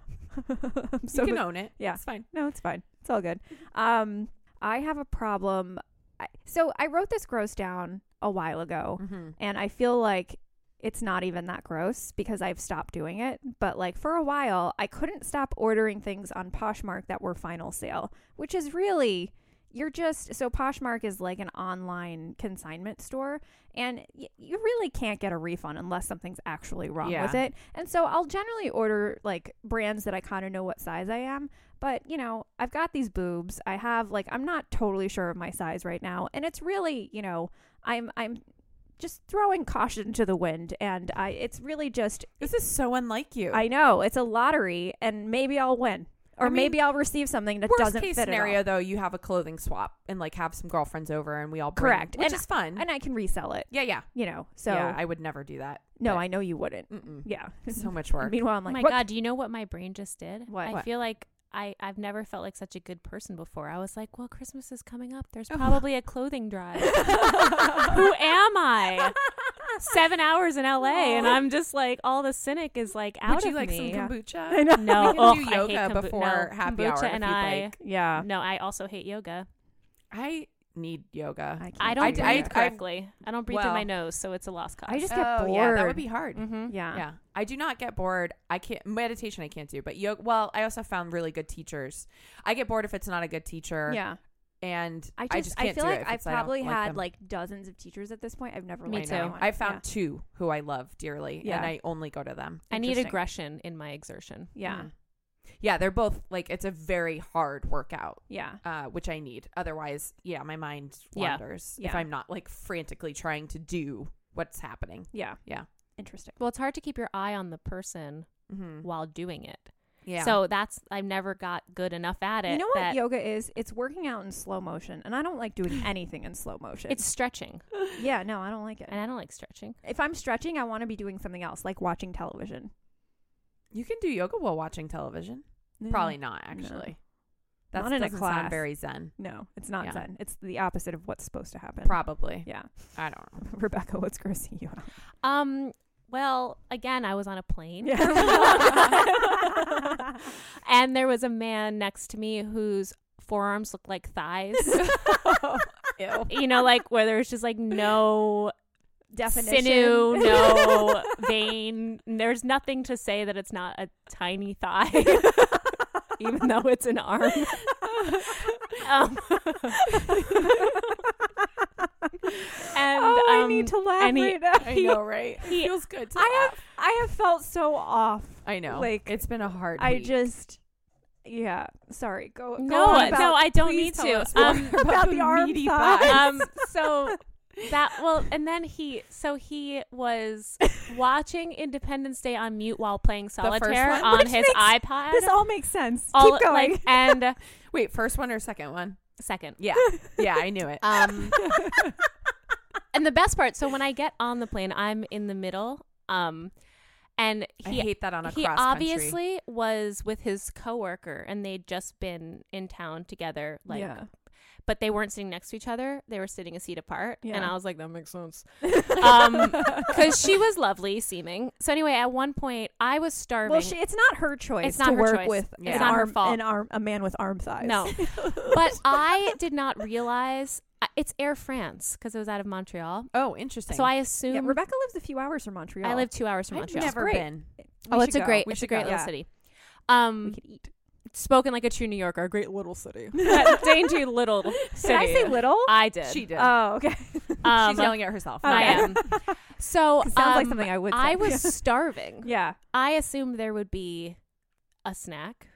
Speaker 2: you can own it.
Speaker 1: yeah.
Speaker 2: It's fine.
Speaker 1: No, it's fine. It's all good. Um, I have a problem. I, so I wrote this gross down a while ago,
Speaker 2: Mm-hmm.
Speaker 1: and I feel like it's not even that gross because I've stopped doing it. But like for a while, I couldn't stop ordering things on Poshmark that were final sale, which is really you're just so Poshmark is like an online consignment store and y- you really can't get a refund unless something's actually wrong
Speaker 2: Yeah.
Speaker 1: with it. And so I'll generally order like brands that I kind of know what size I am, but you know, I've got these boobs. I have like I'm not totally sure of my size right now and it's really, you know, I'm I'm just throwing caution to the wind and I it's really just
Speaker 2: This is so unlike you.
Speaker 1: I know it's a lottery and maybe I'll win or
Speaker 2: I mean,
Speaker 1: maybe I'll receive something that
Speaker 2: Worst
Speaker 1: doesn't
Speaker 2: case
Speaker 1: fit at all.
Speaker 2: scenario, though, you have a clothing swap and like have some girlfriends over, and we all bring,
Speaker 1: Correct.
Speaker 2: which
Speaker 1: And-
Speaker 2: is fun.
Speaker 1: and I can resell it,
Speaker 2: yeah, yeah.
Speaker 1: you know. So
Speaker 2: yeah, I would never do that.
Speaker 1: no,
Speaker 2: but-
Speaker 1: I know you wouldn't.
Speaker 2: Mm-mm.
Speaker 1: Yeah.
Speaker 2: So much work.
Speaker 1: Meanwhile, I'm
Speaker 3: Oh
Speaker 1: like,
Speaker 3: my
Speaker 1: what?
Speaker 3: god, do you know what my brain just did?
Speaker 1: What?
Speaker 3: I
Speaker 2: What?
Speaker 3: feel like I, I've never felt like such a good person before. I was like, well, Christmas is coming up. There's
Speaker 2: Oh.
Speaker 3: probably a clothing drive. Who am I? Seven hours in LA, and I'm just like, all the cynic is like out
Speaker 2: would you
Speaker 3: of
Speaker 2: like
Speaker 3: me.
Speaker 2: some kombucha?
Speaker 1: know.
Speaker 3: no,
Speaker 2: We can do
Speaker 3: oh, I hate
Speaker 2: yoga
Speaker 3: kombu-
Speaker 2: before
Speaker 3: no,
Speaker 2: happy
Speaker 3: kombucha
Speaker 2: hour if
Speaker 3: and
Speaker 2: you'd
Speaker 3: I,
Speaker 2: like.
Speaker 1: Yeah.
Speaker 3: No, I also hate yoga.
Speaker 2: I need yoga.
Speaker 1: can't
Speaker 3: I
Speaker 1: do
Speaker 3: don't
Speaker 1: that.
Speaker 2: I-
Speaker 3: breathe
Speaker 2: I-
Speaker 3: correctly. I, don't breathe through my
Speaker 2: well.
Speaker 3: nose, so it's a lost cause.
Speaker 1: I just get
Speaker 2: oh,
Speaker 1: bored.
Speaker 2: yeah, that would be hard.
Speaker 3: hmm
Speaker 1: Yeah.
Speaker 2: Yeah, I do not get bored. I can't meditation. I can't do, but yoga. Well, I also found really good teachers. I get bored if it's not a good teacher.
Speaker 1: Yeah.
Speaker 2: and
Speaker 1: I just, I,
Speaker 2: I just can't
Speaker 1: feel
Speaker 2: do it
Speaker 1: like
Speaker 2: if
Speaker 1: I've
Speaker 2: it's- I don't
Speaker 1: probably had
Speaker 2: them.
Speaker 1: like dozens of teachers at this point. I've never
Speaker 3: Me
Speaker 1: liked
Speaker 3: too.
Speaker 1: anyone.
Speaker 2: I found two who I love dearly,
Speaker 1: Yeah.
Speaker 2: and I only go to them.
Speaker 3: I need
Speaker 1: Interesting.
Speaker 3: aggression in my exertion.
Speaker 1: Yeah.
Speaker 2: Mm. yeah, they're both like it's a very hard workout.
Speaker 1: Yeah.
Speaker 2: uh, which I need. Otherwise, yeah, my mind
Speaker 3: Yeah.
Speaker 2: wanders if
Speaker 1: Yeah.
Speaker 2: I'm not like frantically trying to do what's happening.
Speaker 1: Yeah.
Speaker 2: Yeah.
Speaker 1: Interesting.
Speaker 3: Well, it's hard to keep your eye on the person
Speaker 2: Mm-hmm.
Speaker 3: while doing it.
Speaker 2: Yeah.
Speaker 3: So that's I never got good enough at it.
Speaker 1: You know what
Speaker 3: that
Speaker 1: yoga is? It's working out in slow motion, and I don't like doing anything in slow motion.
Speaker 3: it's stretching,
Speaker 1: yeah, no, I don't like it.
Speaker 3: and I don't like stretching.
Speaker 1: If I'm stretching, I want to be doing something else, like watching television.
Speaker 2: you can do yoga while watching television. Probably not actually.
Speaker 1: Mm-hmm. Mm, Not
Speaker 2: That's
Speaker 1: in a
Speaker 2: doesn't sound
Speaker 1: class.
Speaker 2: very zen.
Speaker 1: No, it's not
Speaker 2: Yeah.
Speaker 1: zen. It's the opposite of what's supposed to happen.
Speaker 2: Probably.
Speaker 1: Yeah.
Speaker 2: I don't know.
Speaker 1: Rebecca, what's grossing you out?
Speaker 3: Um. Well, again, I was on a plane.
Speaker 1: Yeah.
Speaker 3: and there was a man next to me whose forearms looked like thighs.
Speaker 2: Ew.
Speaker 3: you know, like where there's just like no
Speaker 1: Definition.
Speaker 3: sinew, no vein. There's nothing to say that it's not a tiny thigh, even though it's an arm. um, and
Speaker 1: oh, I
Speaker 3: um,
Speaker 1: need to laugh
Speaker 3: and he-
Speaker 1: right now.
Speaker 2: I know, right? It
Speaker 3: he-
Speaker 2: feels good. To
Speaker 1: I
Speaker 2: laugh.
Speaker 1: have I have felt so off.
Speaker 2: I know.
Speaker 1: like,
Speaker 2: Like it's been a hard.
Speaker 1: I
Speaker 2: week.
Speaker 1: just yeah. Sorry. Go, go
Speaker 3: No,
Speaker 1: on
Speaker 3: uh,
Speaker 1: about,
Speaker 3: no, I don't
Speaker 2: Please
Speaker 3: need
Speaker 2: tell
Speaker 3: to.
Speaker 2: us more
Speaker 3: Um,
Speaker 1: about the arm
Speaker 2: meaty
Speaker 1: thigh.
Speaker 2: thighs.
Speaker 3: um, so that well, and then he, so he was watching Independence Day on mute while playing
Speaker 2: first
Speaker 3: solitaire
Speaker 2: one?
Speaker 3: on
Speaker 1: Which
Speaker 3: his
Speaker 1: makes-
Speaker 3: iPod.
Speaker 1: This all makes sense.
Speaker 3: All-
Speaker 1: Keep going.
Speaker 3: like, and uh,
Speaker 2: Wait, first one or second one?
Speaker 3: second.
Speaker 2: Yeah, yeah, I knew it.
Speaker 3: Um, and the best part, so when I get on the plane, I'm in the middle. Um, and
Speaker 2: I
Speaker 3: he
Speaker 2: hate that on a
Speaker 3: he
Speaker 2: cross
Speaker 3: obviously
Speaker 2: country.
Speaker 3: was with his coworker, and they'd just been in town together, like,
Speaker 1: yeah.
Speaker 3: but they weren't sitting next to each other. They were sitting a seat apart, and
Speaker 1: Yeah.
Speaker 3: I was like, that makes sense, because she was lovely seeming. So anyway, at one point, I was starving.
Speaker 1: Well, she, it's not her choice
Speaker 3: It's not
Speaker 1: to
Speaker 3: her
Speaker 1: work
Speaker 3: choice.
Speaker 1: with
Speaker 2: It's
Speaker 1: an,
Speaker 2: not
Speaker 3: her
Speaker 1: arm,
Speaker 3: fault.
Speaker 1: an arm, a man with arm size.
Speaker 3: No. but I did not realize I- it's Air France because it was out of Montreal.
Speaker 2: Oh, interesting.
Speaker 3: So I
Speaker 1: Yeah,
Speaker 3: assume
Speaker 1: Rebecca lives a few hours from Montreal.
Speaker 3: Um, I live two hours from
Speaker 2: I've
Speaker 3: Montreal.
Speaker 2: never
Speaker 1: Great.
Speaker 2: been.
Speaker 1: We
Speaker 3: oh,
Speaker 1: should
Speaker 3: it's a
Speaker 1: go.
Speaker 3: great,
Speaker 2: We
Speaker 3: it's a
Speaker 2: should
Speaker 3: great
Speaker 2: go.
Speaker 3: little
Speaker 1: Yeah.
Speaker 3: city.
Speaker 1: We
Speaker 3: Um,
Speaker 1: could eat.
Speaker 3: spoken like a true New Yorker, a great little city, dainty little city.
Speaker 1: Did I say little?
Speaker 3: I did.
Speaker 2: She did.
Speaker 1: Oh, okay.
Speaker 3: Um,
Speaker 2: She's yelling at herself.
Speaker 3: I
Speaker 1: Okay.
Speaker 3: am. So
Speaker 1: It sounds like
Speaker 3: um,
Speaker 1: something I would. Say.
Speaker 3: I was starving.
Speaker 1: yeah.
Speaker 3: I assumed there would be a snack,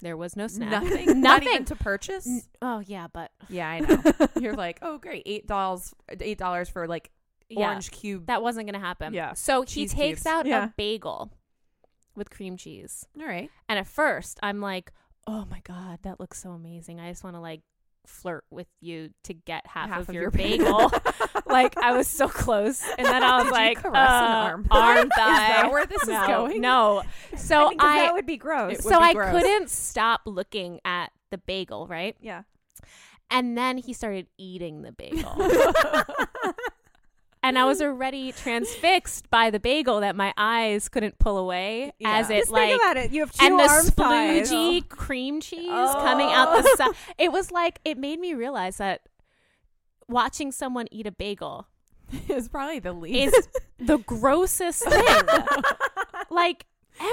Speaker 3: There was no snack.
Speaker 2: Nothing. Not
Speaker 3: Nothing.
Speaker 2: even to purchase.
Speaker 3: N- oh yeah, but
Speaker 2: yeah, I know. You're like, oh great, eight dollars, eight dollars for like
Speaker 3: yeah,
Speaker 2: orange cube.
Speaker 3: that wasn't gonna happen.
Speaker 2: Yeah.
Speaker 3: So he
Speaker 2: Cheese
Speaker 3: takes
Speaker 2: cubes.
Speaker 3: out
Speaker 2: Yeah.
Speaker 3: a bagel with cream cheese,
Speaker 2: All right.
Speaker 3: and at first I'm like, oh my god, that looks so amazing. I just want to like flirt with you to get half, of, your, bagel. like I was so close, and then I was
Speaker 2: Did you
Speaker 3: like,
Speaker 2: caress an
Speaker 3: uh,
Speaker 2: arm?
Speaker 3: arm
Speaker 2: Is
Speaker 3: thigh.
Speaker 2: that where this is
Speaker 3: no,
Speaker 2: going?
Speaker 3: No. So
Speaker 1: think 'cause
Speaker 3: I,
Speaker 1: that would be gross.
Speaker 2: It would
Speaker 3: so
Speaker 2: be
Speaker 3: I
Speaker 2: gross.
Speaker 3: couldn't stop looking at the bagel, right?
Speaker 1: yeah.
Speaker 3: And then he started eating the bagel. and I was already transfixed by the bagel that my eyes couldn't pull away
Speaker 2: Yeah.
Speaker 3: as it
Speaker 1: Just
Speaker 3: like
Speaker 1: think about it. You have two
Speaker 3: and the
Speaker 1: arm thighs.
Speaker 3: sploogy cream cheese coming out
Speaker 2: Oh.
Speaker 3: the side. It was like it made me realize that watching someone eat a bagel
Speaker 2: It's probably the least.
Speaker 3: is the grossest thing like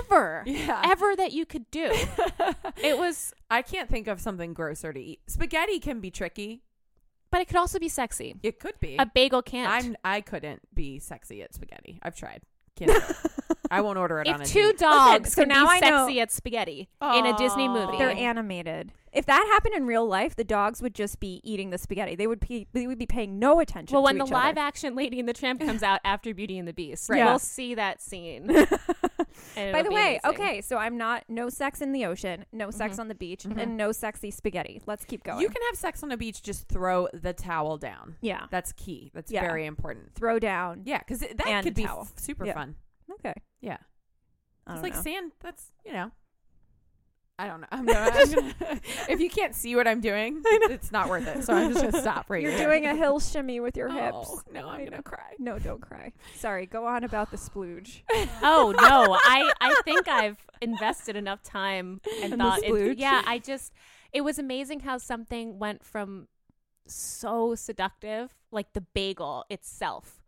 Speaker 3: ever
Speaker 2: yeah.
Speaker 3: ever that you could do. It was
Speaker 2: I can't think of something grosser to eat. Spaghetti can be tricky.
Speaker 3: but it could also be sexy.
Speaker 2: It could be.
Speaker 3: A bagel can't.
Speaker 2: I'm I couldn't be sexy at spaghetti. I've tried. Can't. do it. I won't order it on a
Speaker 3: if two
Speaker 2: date.
Speaker 3: dogs
Speaker 1: so
Speaker 3: can
Speaker 1: now
Speaker 3: be
Speaker 1: I know-
Speaker 3: sexy at spaghetti in a Disney
Speaker 2: Aw.
Speaker 3: movie,
Speaker 1: They're animated. If that happened in real life, the dogs would just be eating the spaghetti. They would be they would be paying no attention.
Speaker 3: well,
Speaker 1: to
Speaker 3: when the
Speaker 1: each
Speaker 3: live
Speaker 1: other.
Speaker 3: action Lady and the Tramp comes out after Beauty and the Beast,
Speaker 1: Right. Yeah.
Speaker 3: we'll see that scene. And
Speaker 1: By
Speaker 3: it'll
Speaker 1: the
Speaker 3: be
Speaker 1: way,
Speaker 3: amazing. Mm-hmm.
Speaker 1: okay, so I'm not no sex in the ocean, no sex on the beach, and no sexy spaghetti. Let's keep going.
Speaker 2: You can have sex on a beach. Just throw the towel down.
Speaker 1: yeah,
Speaker 2: That's key. That's
Speaker 1: Yeah.
Speaker 2: very important.
Speaker 1: throw down.
Speaker 2: Yeah, because that
Speaker 1: And
Speaker 2: could be
Speaker 1: towel.
Speaker 2: f- super
Speaker 1: Yeah.
Speaker 2: fun.
Speaker 1: Okay,
Speaker 2: Yeah,
Speaker 1: I
Speaker 2: it's
Speaker 1: don't
Speaker 2: like
Speaker 1: know.
Speaker 2: sand. That's you know. I don't know. I'm not, I'm gonna- if you can't see what I'm doing, it's not worth it. So I'm just gonna stop right
Speaker 1: You're
Speaker 2: here.
Speaker 1: doing a hill shimmy with your
Speaker 2: Oh,
Speaker 1: hips.
Speaker 2: no,
Speaker 1: I
Speaker 2: I'm
Speaker 1: know.
Speaker 2: gonna cry.
Speaker 1: No, don't cry. Sorry, go on about the splooge.
Speaker 3: Oh no, I I think I've invested enough time
Speaker 1: And
Speaker 3: and
Speaker 1: the
Speaker 3: thought. in-
Speaker 1: splooge.
Speaker 3: yeah, I just it was amazing how something went from so seductive, like the bagel itself,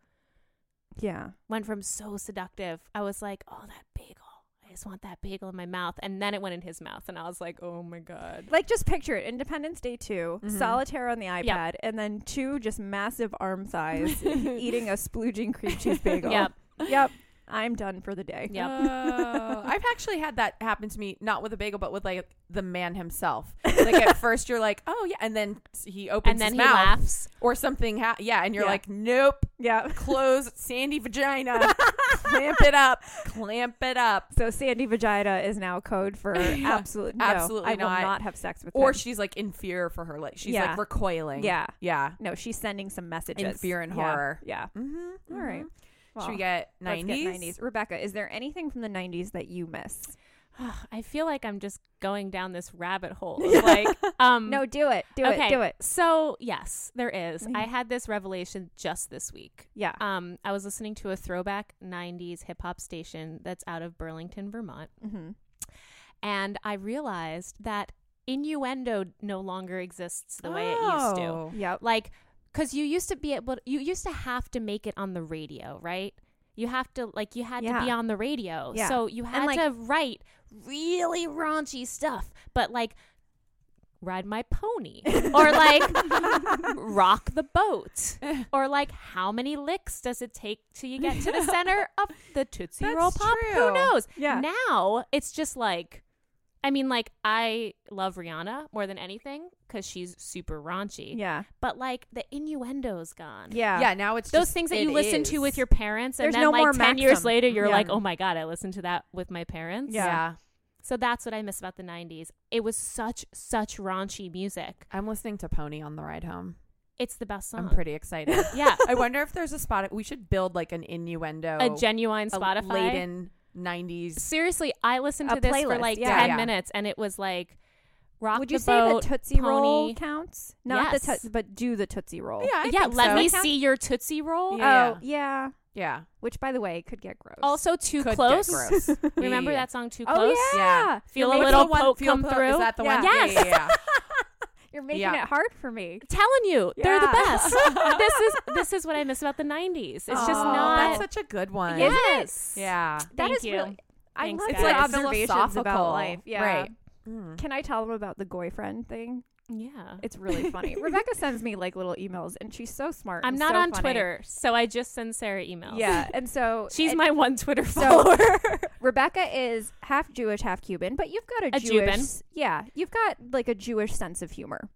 Speaker 1: Yeah.
Speaker 3: went from so seductive. I was like, oh, that bagel. I just want that bagel in my mouth, and then it went in his mouth, and I was like, "Oh my god!"
Speaker 1: Like just picture it: Independence Day 2
Speaker 2: Mhm.
Speaker 1: solitaire on the iPad, and then two just massive arm thighs eating a splooging cream cheese bagel.
Speaker 3: Yep.
Speaker 1: Yep. I'm done for the day.
Speaker 3: Yep.
Speaker 2: Oh, I've actually had that happen to me, not with a bagel, but with like the man himself. Like at first you're like, oh yeah, and then he opens
Speaker 3: and then he
Speaker 2: his mouth
Speaker 3: laughs.
Speaker 2: or something. Ha- yeah, and you're
Speaker 1: Yeah.
Speaker 2: like, nope,
Speaker 1: Yeah.
Speaker 2: close sandy vagina, clamp it up, clamp it up.
Speaker 1: So Sandy Vagina is now code for
Speaker 2: Yeah.
Speaker 1: absolute no, I
Speaker 2: Absolutely
Speaker 1: will
Speaker 2: not.
Speaker 1: not. have sex with
Speaker 2: Or
Speaker 1: him.
Speaker 2: she's like in fear for her life. She's
Speaker 1: Yeah.
Speaker 2: like recoiling.
Speaker 1: Yeah.
Speaker 2: yeah.
Speaker 1: no, she's sending some messages.
Speaker 2: fear and
Speaker 1: Yeah.
Speaker 2: horror.
Speaker 1: Yeah.
Speaker 2: Mm-hmm.
Speaker 1: All right. Well,
Speaker 2: Should we get
Speaker 1: let's get
Speaker 2: nineties?
Speaker 1: 90s. Rebecca, is there anything from the 90s that you miss?
Speaker 3: I feel like I'm just going down this rabbit hole. of, Like, um,
Speaker 1: No, do it. Do
Speaker 3: okay.
Speaker 1: it. Do it.
Speaker 3: So yes, there is. I
Speaker 1: Mhm.
Speaker 3: had this revelation just this week.
Speaker 1: Yeah.
Speaker 3: Um, I was listening to a throwback '90s hip hop station that's out of Burlington, Vermont,
Speaker 1: Mm-hmm.
Speaker 3: and I realized that innuendo no longer exists the way it used to.
Speaker 2: Oh.
Speaker 1: Yep.
Speaker 3: Like, because you used to be able, you used to have to make it on the radio, right? You have to like you had to be
Speaker 1: Yeah.
Speaker 3: on the radio,
Speaker 1: Yeah.
Speaker 3: so you had
Speaker 1: like-
Speaker 3: to write really raunchy stuff, but like ride my pony or like rock the boat or like how many licks does it take till you get to the center of the tootsie
Speaker 2: That's
Speaker 3: roll pop
Speaker 2: true.
Speaker 3: who knows
Speaker 1: Yeah.
Speaker 3: now it's just like i mean like i love rihanna more than anything because she's super raunchy
Speaker 1: Yeah.
Speaker 3: but like the innuendo's gone.
Speaker 1: Yeah.
Speaker 2: Yeah, now it's
Speaker 3: Those
Speaker 2: just-
Speaker 3: things that
Speaker 2: it
Speaker 3: you listen to
Speaker 2: is.
Speaker 3: with your parents, and
Speaker 1: There's
Speaker 3: then
Speaker 1: no
Speaker 3: like
Speaker 1: more
Speaker 3: ten years
Speaker 1: maxim.
Speaker 3: later, you're
Speaker 1: Yeah.
Speaker 3: like, "Oh my god, I listened to that with my parents."
Speaker 1: Yeah.
Speaker 2: yeah.
Speaker 3: So that's what I miss about the '90s. It was such such raunchy music.
Speaker 2: I'm listening to Pony on the ride home.
Speaker 3: It's the best song.
Speaker 2: I'm pretty excited.
Speaker 3: yeah,
Speaker 2: I wonder if there's a spot. We should build like an innuendo,
Speaker 3: a genuine
Speaker 2: Oh. a
Speaker 3: Spotify.
Speaker 2: laden '90s.
Speaker 3: Seriously, I listened
Speaker 1: A
Speaker 3: to this for
Speaker 1: playlist,
Speaker 3: like
Speaker 1: yeah.
Speaker 3: ten
Speaker 2: Yeah.
Speaker 3: minutes, and it was like, "Rock
Speaker 1: Would you
Speaker 3: the
Speaker 1: say
Speaker 3: boat,
Speaker 1: the Tootsie Roll
Speaker 3: pony.
Speaker 1: counts? Not the
Speaker 3: Yes.
Speaker 1: Tootsie, but do the Tootsie Roll.
Speaker 2: I
Speaker 3: yeah,
Speaker 2: think
Speaker 3: let
Speaker 2: so.
Speaker 3: me
Speaker 2: Count-
Speaker 3: see your tootsie roll."
Speaker 2: Yeah.
Speaker 1: Oh, yeah.
Speaker 2: Yeah,
Speaker 1: Which, by the way, could get gross.
Speaker 3: Also, too
Speaker 2: Could get
Speaker 3: close.
Speaker 2: gross.
Speaker 3: Remember
Speaker 2: Yeah.
Speaker 3: that song, "Too
Speaker 1: oh,
Speaker 3: Close"?
Speaker 1: yeah.
Speaker 2: Yeah.
Speaker 3: Feel
Speaker 1: You're
Speaker 3: a
Speaker 1: making-
Speaker 3: little
Speaker 2: What's the
Speaker 3: poke
Speaker 2: feel
Speaker 3: come
Speaker 2: po-
Speaker 3: through.
Speaker 2: Is that the
Speaker 1: Yeah.
Speaker 2: one?
Speaker 3: Yes.
Speaker 2: Yeah, yeah, yeah.
Speaker 1: You're making
Speaker 2: Yeah.
Speaker 1: it hard for me.
Speaker 3: telling you they're the
Speaker 1: Yeah.
Speaker 3: best this is this is what i miss about the 90s it's just
Speaker 2: Aw,
Speaker 3: not
Speaker 2: That's such a good one.
Speaker 3: yes
Speaker 2: Yeah.
Speaker 1: That
Speaker 3: Thank
Speaker 1: is
Speaker 3: you.
Speaker 1: really. I
Speaker 3: Thanks,
Speaker 1: love
Speaker 3: guys.
Speaker 1: your
Speaker 3: It's like
Speaker 1: observations
Speaker 2: philosophical.
Speaker 1: about life. Yeah.
Speaker 2: Right. Mm.
Speaker 1: Can I tell them about the boyfriend thing?
Speaker 3: Yeah.
Speaker 1: It's really funny. Rebecca sends me like little emails, and she's so smart.
Speaker 3: I'm
Speaker 1: and
Speaker 3: not
Speaker 1: so
Speaker 3: on
Speaker 1: funny.
Speaker 3: Twitter, so I just send Sarah emails.
Speaker 1: Yeah, and so
Speaker 3: She's
Speaker 1: and
Speaker 3: my one Twitter
Speaker 1: so-
Speaker 3: follower.
Speaker 1: Rebecca is half Jewish, half Cuban, but you've got a,
Speaker 3: A
Speaker 1: Jewish,
Speaker 3: Cuban.
Speaker 1: yeah, you've got like a Jewish sense of humor.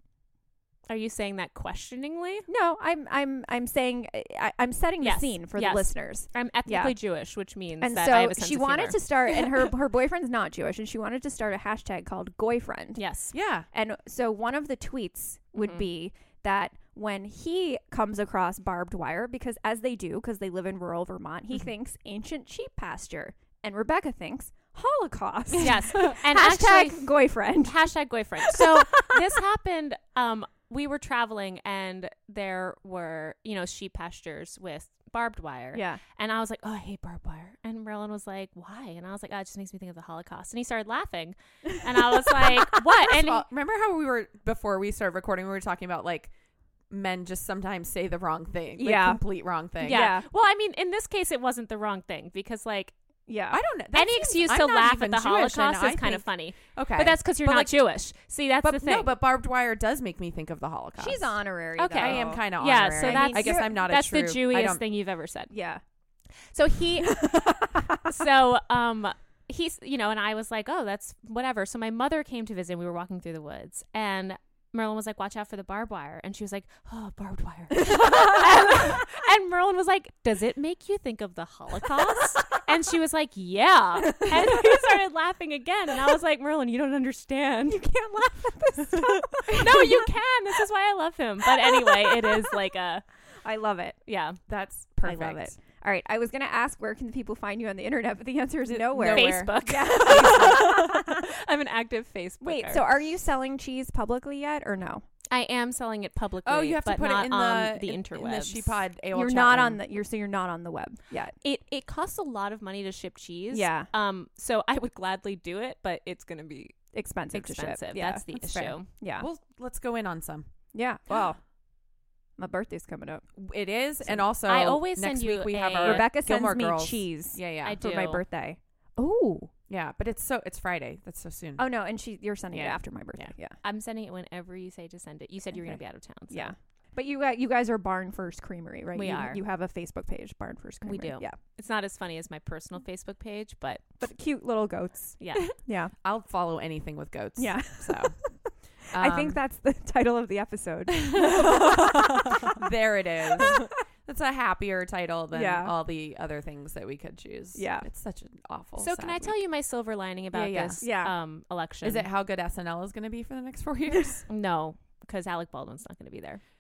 Speaker 3: Are you saying that questioningly?
Speaker 1: No, I'm I'm I'm saying I, I'm setting the
Speaker 3: Yes,
Speaker 1: scene for
Speaker 3: yes.
Speaker 1: the listeners.
Speaker 3: I'm ethnically Jewish, which means
Speaker 1: And
Speaker 3: that
Speaker 1: so
Speaker 3: I have a sense
Speaker 1: she
Speaker 3: of
Speaker 1: wanted
Speaker 3: humor.
Speaker 1: to start, and her her boyfriend's not Jewish, and she wanted to start a hashtag called Goyfriend.
Speaker 3: Yes.
Speaker 2: Yeah.
Speaker 1: And so one of the tweets would
Speaker 3: Mhm.
Speaker 1: be that when he comes across barbed wire, because as they do, because they live in rural Vermont,
Speaker 3: Mm-hmm.
Speaker 1: he thinks ancient sheep pasture, and Rebecca thinks Holocaust.
Speaker 3: Yes. And
Speaker 1: Hashtag
Speaker 3: actually,
Speaker 1: Goyfriend.
Speaker 3: hashtag boyfriend. So this happened. Um, we were traveling, and there were you know sheep pastures with barbed wire.
Speaker 1: Yeah.
Speaker 3: And I was like, oh, I hate barbed wire. And Merlin was like, why? And I was like, oh, it just makes me think of the Holocaust. And he started laughing. And I was like, what? And
Speaker 2: Well, remember how we were before we started recording? We were talking about like men just sometimes say the wrong thing, like,
Speaker 1: Yeah.
Speaker 2: complete wrong thing.
Speaker 3: yeah.
Speaker 1: Yeah.
Speaker 3: Well, I mean, in this case, it wasn't the wrong thing because, like,
Speaker 1: Yeah.
Speaker 2: I don't know. That
Speaker 3: any
Speaker 2: seems-
Speaker 3: excuse
Speaker 2: I'm
Speaker 3: to
Speaker 2: not
Speaker 3: laugh
Speaker 2: even
Speaker 3: at the
Speaker 2: Jewish, and
Speaker 3: Holocaust is
Speaker 2: I
Speaker 3: kind of
Speaker 2: think-
Speaker 3: funny.
Speaker 2: Okay,
Speaker 3: But that's because you're
Speaker 2: But,
Speaker 3: not
Speaker 2: like-
Speaker 3: Jewish. See, that's
Speaker 2: but
Speaker 3: the thing.
Speaker 2: no, but barbed wire does make me think of the Holocaust.
Speaker 1: She's honorary.
Speaker 3: Okay.
Speaker 1: though.
Speaker 2: I am kind of
Speaker 3: yeah.
Speaker 2: honorary.
Speaker 3: So
Speaker 1: I
Speaker 3: that's
Speaker 1: mean,
Speaker 2: I guess
Speaker 1: you're-
Speaker 2: I'm not
Speaker 3: that's
Speaker 2: a true.
Speaker 3: the
Speaker 2: I
Speaker 3: Jewiest
Speaker 2: don't-
Speaker 3: thing you've ever said.
Speaker 1: Yeah.
Speaker 3: So he, so um, he's you know, and I was like, oh, that's whatever. So my mother came to visit. and We were walking through the woods, and Merlin was like, watch out for the barbed wire, and she was like, oh, barbed wire. and, and Merlin was like, does it make you think of the Holocaust? And she was like, yeah. And he started laughing again, and I was like, Merlin, you don't understand.
Speaker 1: You can't laugh at this stuff.
Speaker 3: no, you can. This is why I love him. But anyway, it is like a
Speaker 1: I love it.
Speaker 3: yeah.
Speaker 2: That's perfect.
Speaker 1: I love it. All right. I was going to ask where can the people find you on the internet, but the answer is nowhere.
Speaker 2: nowhere.
Speaker 3: Facebook. I'm an active Facebook.
Speaker 1: Wait, so are you selling cheese publicly yet or no?
Speaker 3: I am selling it publicly.
Speaker 2: Oh, you have to
Speaker 3: but
Speaker 2: put it
Speaker 3: not
Speaker 2: in
Speaker 3: on
Speaker 2: the,
Speaker 3: the
Speaker 2: in- in the
Speaker 3: interwebs.
Speaker 2: SheePod AOL
Speaker 1: you're
Speaker 2: chat
Speaker 1: not
Speaker 2: room.
Speaker 1: on the you're so you're not on the web yet.
Speaker 3: It it costs a lot of money to ship cheese.
Speaker 1: Yeah.
Speaker 3: Um. So I would gladly do it, but it's gonna be
Speaker 1: Expensive, to
Speaker 3: expensive.
Speaker 1: ship. Yeah.
Speaker 3: That's the
Speaker 2: that's
Speaker 3: issue.
Speaker 2: fair.
Speaker 1: yeah.
Speaker 2: Well, let's go in on some.
Speaker 1: yeah. Well, my birthday's coming up.
Speaker 2: It is, and also
Speaker 3: I always
Speaker 2: next
Speaker 3: send you
Speaker 2: week we have
Speaker 3: a-
Speaker 2: our
Speaker 1: Rebecca sends
Speaker 2: Gilmore
Speaker 1: me
Speaker 2: Girls.
Speaker 1: cheese
Speaker 2: Yeah, yeah,
Speaker 3: I
Speaker 1: for my
Speaker 3: do.
Speaker 1: birthday. Oh.
Speaker 2: yeah. But it's so it's Friday. That's so soon.
Speaker 1: Oh no, and she you're sending it
Speaker 3: Yeah.
Speaker 1: after my birthday. Yeah.
Speaker 3: I'm sending it whenever you say to send it. You said you were gonna
Speaker 1: Okay.
Speaker 3: be out of town. So.
Speaker 1: Yeah. But you got you guys are Barn First Creamery, right?
Speaker 3: We
Speaker 1: you,
Speaker 3: are.
Speaker 1: You have a Facebook page, Barn First Creamery.
Speaker 3: We do.
Speaker 1: Yeah.
Speaker 3: It's not as funny as my personal Facebook page, but
Speaker 1: But cute little goats.
Speaker 3: yeah.
Speaker 1: Yeah.
Speaker 2: I'll follow anything with goats.
Speaker 1: Yeah.
Speaker 2: So
Speaker 1: I think
Speaker 2: um,
Speaker 1: that's the title of the episode.
Speaker 2: there it is. That's a happier title than
Speaker 1: Yeah.
Speaker 2: all the other things that we could choose.
Speaker 1: Yeah.
Speaker 2: It's such an awful.
Speaker 3: so can I tell you my silver lining about
Speaker 2: yeah.
Speaker 3: this
Speaker 1: Yeah.
Speaker 3: um election?
Speaker 2: Is it how good SNL is going to be for the next four years?
Speaker 3: no? Because Alec Baldwin's not gonna be there.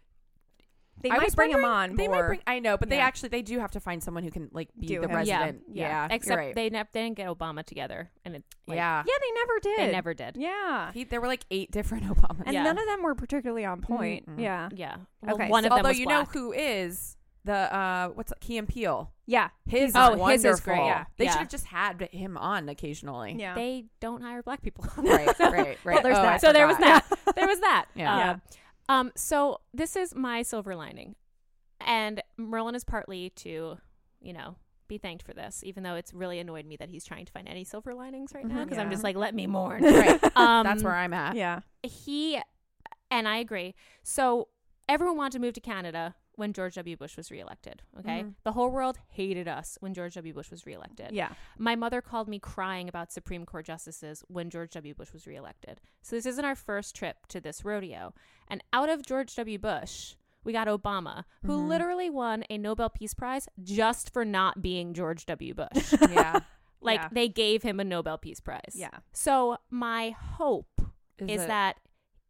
Speaker 1: They
Speaker 2: I
Speaker 1: might
Speaker 2: was
Speaker 1: bring them
Speaker 2: wondering-
Speaker 1: on
Speaker 2: They might
Speaker 1: more.
Speaker 2: bring. I know, but they
Speaker 1: Yeah.
Speaker 2: actually they do have to find someone who can like be
Speaker 1: Do
Speaker 2: the
Speaker 1: him. Yeah.
Speaker 2: resident.
Speaker 1: Yeah.
Speaker 2: Yeah.
Speaker 3: Except
Speaker 2: You're right.
Speaker 3: they, ne- they didn't get Obama together, and it like,
Speaker 2: yeah.
Speaker 1: yeah, they never did.
Speaker 3: they never did.
Speaker 1: Yeah.
Speaker 2: He, there were like eight different Obamas.
Speaker 1: And
Speaker 3: Yeah.
Speaker 1: none of them were particularly on point.
Speaker 2: Mm-mm.
Speaker 1: Yeah.
Speaker 3: Yeah. Well,
Speaker 1: Okay,
Speaker 3: One
Speaker 1: so-
Speaker 3: of them
Speaker 2: Although
Speaker 3: was
Speaker 2: you
Speaker 3: black.
Speaker 2: know who is the uh what's Key and Peele.
Speaker 1: Yeah.
Speaker 2: His
Speaker 3: Oh,
Speaker 2: is
Speaker 3: his is
Speaker 2: wonderful.
Speaker 3: great. Yeah.
Speaker 2: They
Speaker 3: Yeah.
Speaker 2: should have just had him on occasionally.
Speaker 1: Yeah.
Speaker 3: they don't hire black people.
Speaker 2: Right, right, right.
Speaker 1: there's
Speaker 2: oh,
Speaker 1: that.
Speaker 2: I
Speaker 3: so there was
Speaker 2: forgot.
Speaker 3: that. There was that.
Speaker 2: Yeah.
Speaker 3: Uh,
Speaker 1: Yeah.
Speaker 3: Um. So this is my silver lining, and Merlin is partly to, you know, be thanked for this, even though it's really annoyed me that he's trying to find any silver linings right now
Speaker 1: Mhm.
Speaker 3: because I'm
Speaker 1: Yeah.
Speaker 3: just like, let me mourn.
Speaker 2: Right.
Speaker 3: Um,
Speaker 2: That's where I'm at.
Speaker 1: yeah.
Speaker 3: he and I agree. So everyone wanted to move to Canada when George W. Bush was reelected. Okay,
Speaker 2: Mhm.
Speaker 3: the whole world hated us when George W. Bush was reelected.
Speaker 1: Yeah.
Speaker 3: My mother called me crying about Supreme Court justices when George W. Bush was reelected. So this isn't our first trip to this rodeo. And out of George W. Bush, we got Obama, who
Speaker 2: Mhm.
Speaker 3: literally won a Nobel Peace Prize just for not being George W. Bush.
Speaker 2: Yeah.
Speaker 3: like
Speaker 2: Yeah.
Speaker 3: they gave him a Nobel Peace Prize.
Speaker 1: Yeah.
Speaker 3: So my hope is
Speaker 2: it-
Speaker 3: that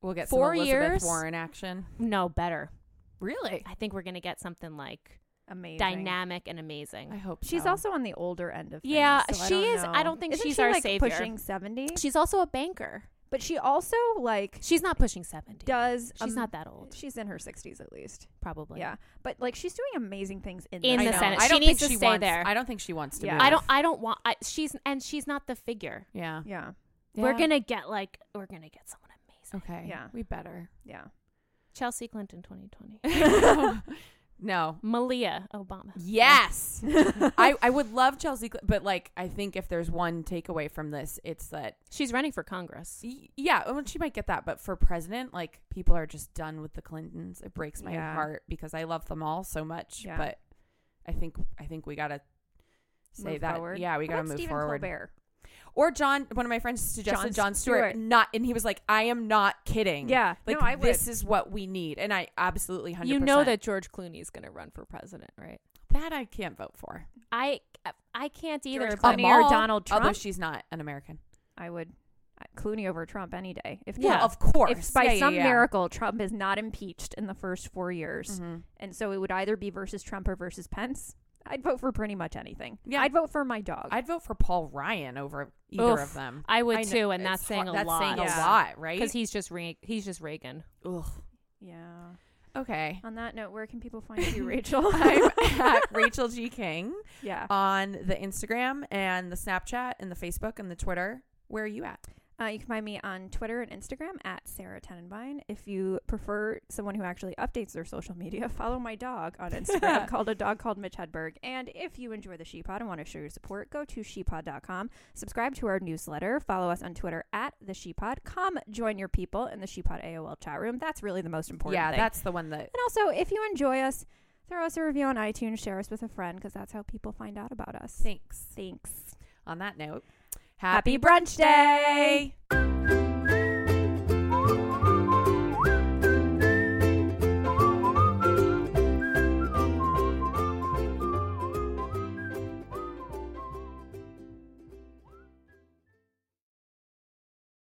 Speaker 2: we'll get
Speaker 3: four
Speaker 2: some Elizabeth
Speaker 3: years?
Speaker 2: Warren action?
Speaker 3: no better.
Speaker 2: Really?
Speaker 3: I think we're gonna get something like
Speaker 1: Amazing.
Speaker 3: dynamic and amazing.
Speaker 2: I hope
Speaker 1: She's
Speaker 2: so.
Speaker 1: also on the older end of things,
Speaker 3: Yeah,
Speaker 1: so
Speaker 3: she
Speaker 1: don't
Speaker 3: is- I
Speaker 1: know.
Speaker 3: don't think
Speaker 1: Isn't
Speaker 3: she's
Speaker 1: she,
Speaker 3: our
Speaker 1: like,
Speaker 3: savior.
Speaker 1: Pushing seventy,
Speaker 3: She's also a banker.
Speaker 1: but she also like
Speaker 3: She's not pushing seventy.
Speaker 1: does.
Speaker 3: She's
Speaker 1: um,
Speaker 3: not that old,
Speaker 1: She's in her sixties at least.
Speaker 3: probably.
Speaker 1: Yeah, but like she's doing amazing things in,
Speaker 3: In
Speaker 2: I
Speaker 3: the
Speaker 2: know.
Speaker 3: Senate.
Speaker 2: I
Speaker 3: She
Speaker 2: don't
Speaker 3: needs
Speaker 2: think
Speaker 3: to
Speaker 2: she
Speaker 3: stay
Speaker 2: wants-
Speaker 3: there.
Speaker 2: I don't think she wants to.
Speaker 1: Yeah.
Speaker 2: move.
Speaker 3: I don't. I don't want. I, she's and she's not the figure.
Speaker 2: Yeah.
Speaker 1: Yeah,
Speaker 3: We're
Speaker 2: Yeah. Oh.
Speaker 3: gonna get like we're gonna get someone amazing.
Speaker 2: Okay.
Speaker 1: Yeah.
Speaker 2: We better.
Speaker 1: yeah.
Speaker 3: Chelsea Clinton, 2020.
Speaker 2: No. No.
Speaker 3: Malia Obama.
Speaker 2: Yes. I, I would love Chelsea, Cl- but like, I think if there's one takeaway from this, it's that,
Speaker 3: She's running for Congress.
Speaker 2: y- yeah, well, she might get that, but for president, like, people are just done with the Clintons. It breaks my
Speaker 1: Yeah.
Speaker 2: heart because I love them all so much,
Speaker 1: Yeah.
Speaker 2: but I think, I think we gotta say
Speaker 1: Move
Speaker 2: that.
Speaker 1: forward.
Speaker 2: Yeah, we
Speaker 1: What
Speaker 2: gotta
Speaker 1: about
Speaker 2: move
Speaker 1: Stephen
Speaker 2: forward.
Speaker 1: Colbert?
Speaker 2: Or John, one of my friends suggested
Speaker 1: Jon
Speaker 2: John, Stewart,
Speaker 1: Stewart.
Speaker 2: not, and he was like, I am not kidding.
Speaker 1: Yeah.
Speaker 2: Like,
Speaker 1: no, I would.
Speaker 2: this is what we need. And I absolutely 100%.
Speaker 3: You know that George Clooney is going to run for president, right?
Speaker 2: That I can't vote for.
Speaker 3: I I can't either.
Speaker 1: George
Speaker 3: but-
Speaker 1: Clooney or Donald Trump?
Speaker 2: Although she's not an American.
Speaker 1: I would. Clooney over Trump any day. If
Speaker 3: Yeah.
Speaker 1: Trump-
Speaker 2: of course.
Speaker 1: if by
Speaker 2: Yeah, yeah,
Speaker 1: some
Speaker 2: yeah.
Speaker 1: miracle Trump is not impeached in the first four years,
Speaker 3: Mm-hmm.
Speaker 2: Mhm.
Speaker 1: and so it would either be versus Trump or versus Pence. I'd vote for pretty much anything.
Speaker 2: Yeah.
Speaker 1: I'd vote for my dog.
Speaker 2: I'd vote for Paul Ryan over either
Speaker 3: Oof.
Speaker 2: of them.
Speaker 3: I would
Speaker 2: I know-
Speaker 3: too, and
Speaker 2: it's
Speaker 3: that's saying
Speaker 2: hard-
Speaker 3: a
Speaker 2: that's
Speaker 3: lot.
Speaker 2: saying
Speaker 1: Yeah.
Speaker 2: a lot, right?
Speaker 3: Because he's just Re- he's just Reagan.
Speaker 2: Ugh.
Speaker 1: yeah.
Speaker 2: Okay.
Speaker 1: On that note, where can people find you, Rachel?
Speaker 2: I'm at Rachel G. King
Speaker 1: yeah.
Speaker 2: on the Instagram and the Snapchat and the Facebook and the Twitter. Where are you at?
Speaker 1: Uh, you can find me on Twitter and Instagram at Sarah Tenenbein. If you prefer someone who actually updates their social media, follow my dog on Instagram called a dog called Mitch Hedberg. And if you enjoy the Sheepod and want to show your support, go to sheepod.com, subscribe to our newsletter, follow us on Twitter at the Sheepod, come join your people in the Sheepod AOL chat room. That's really the most important
Speaker 2: yeah,
Speaker 1: thing.
Speaker 2: that's the one that.
Speaker 1: and also, if you enjoy us, throw us a review on iTunes, share us with a friend, because that's how people find out about us.
Speaker 2: Thanks.
Speaker 1: Thanks.
Speaker 2: On that note,
Speaker 1: Happy brunch day!
Speaker 2: day.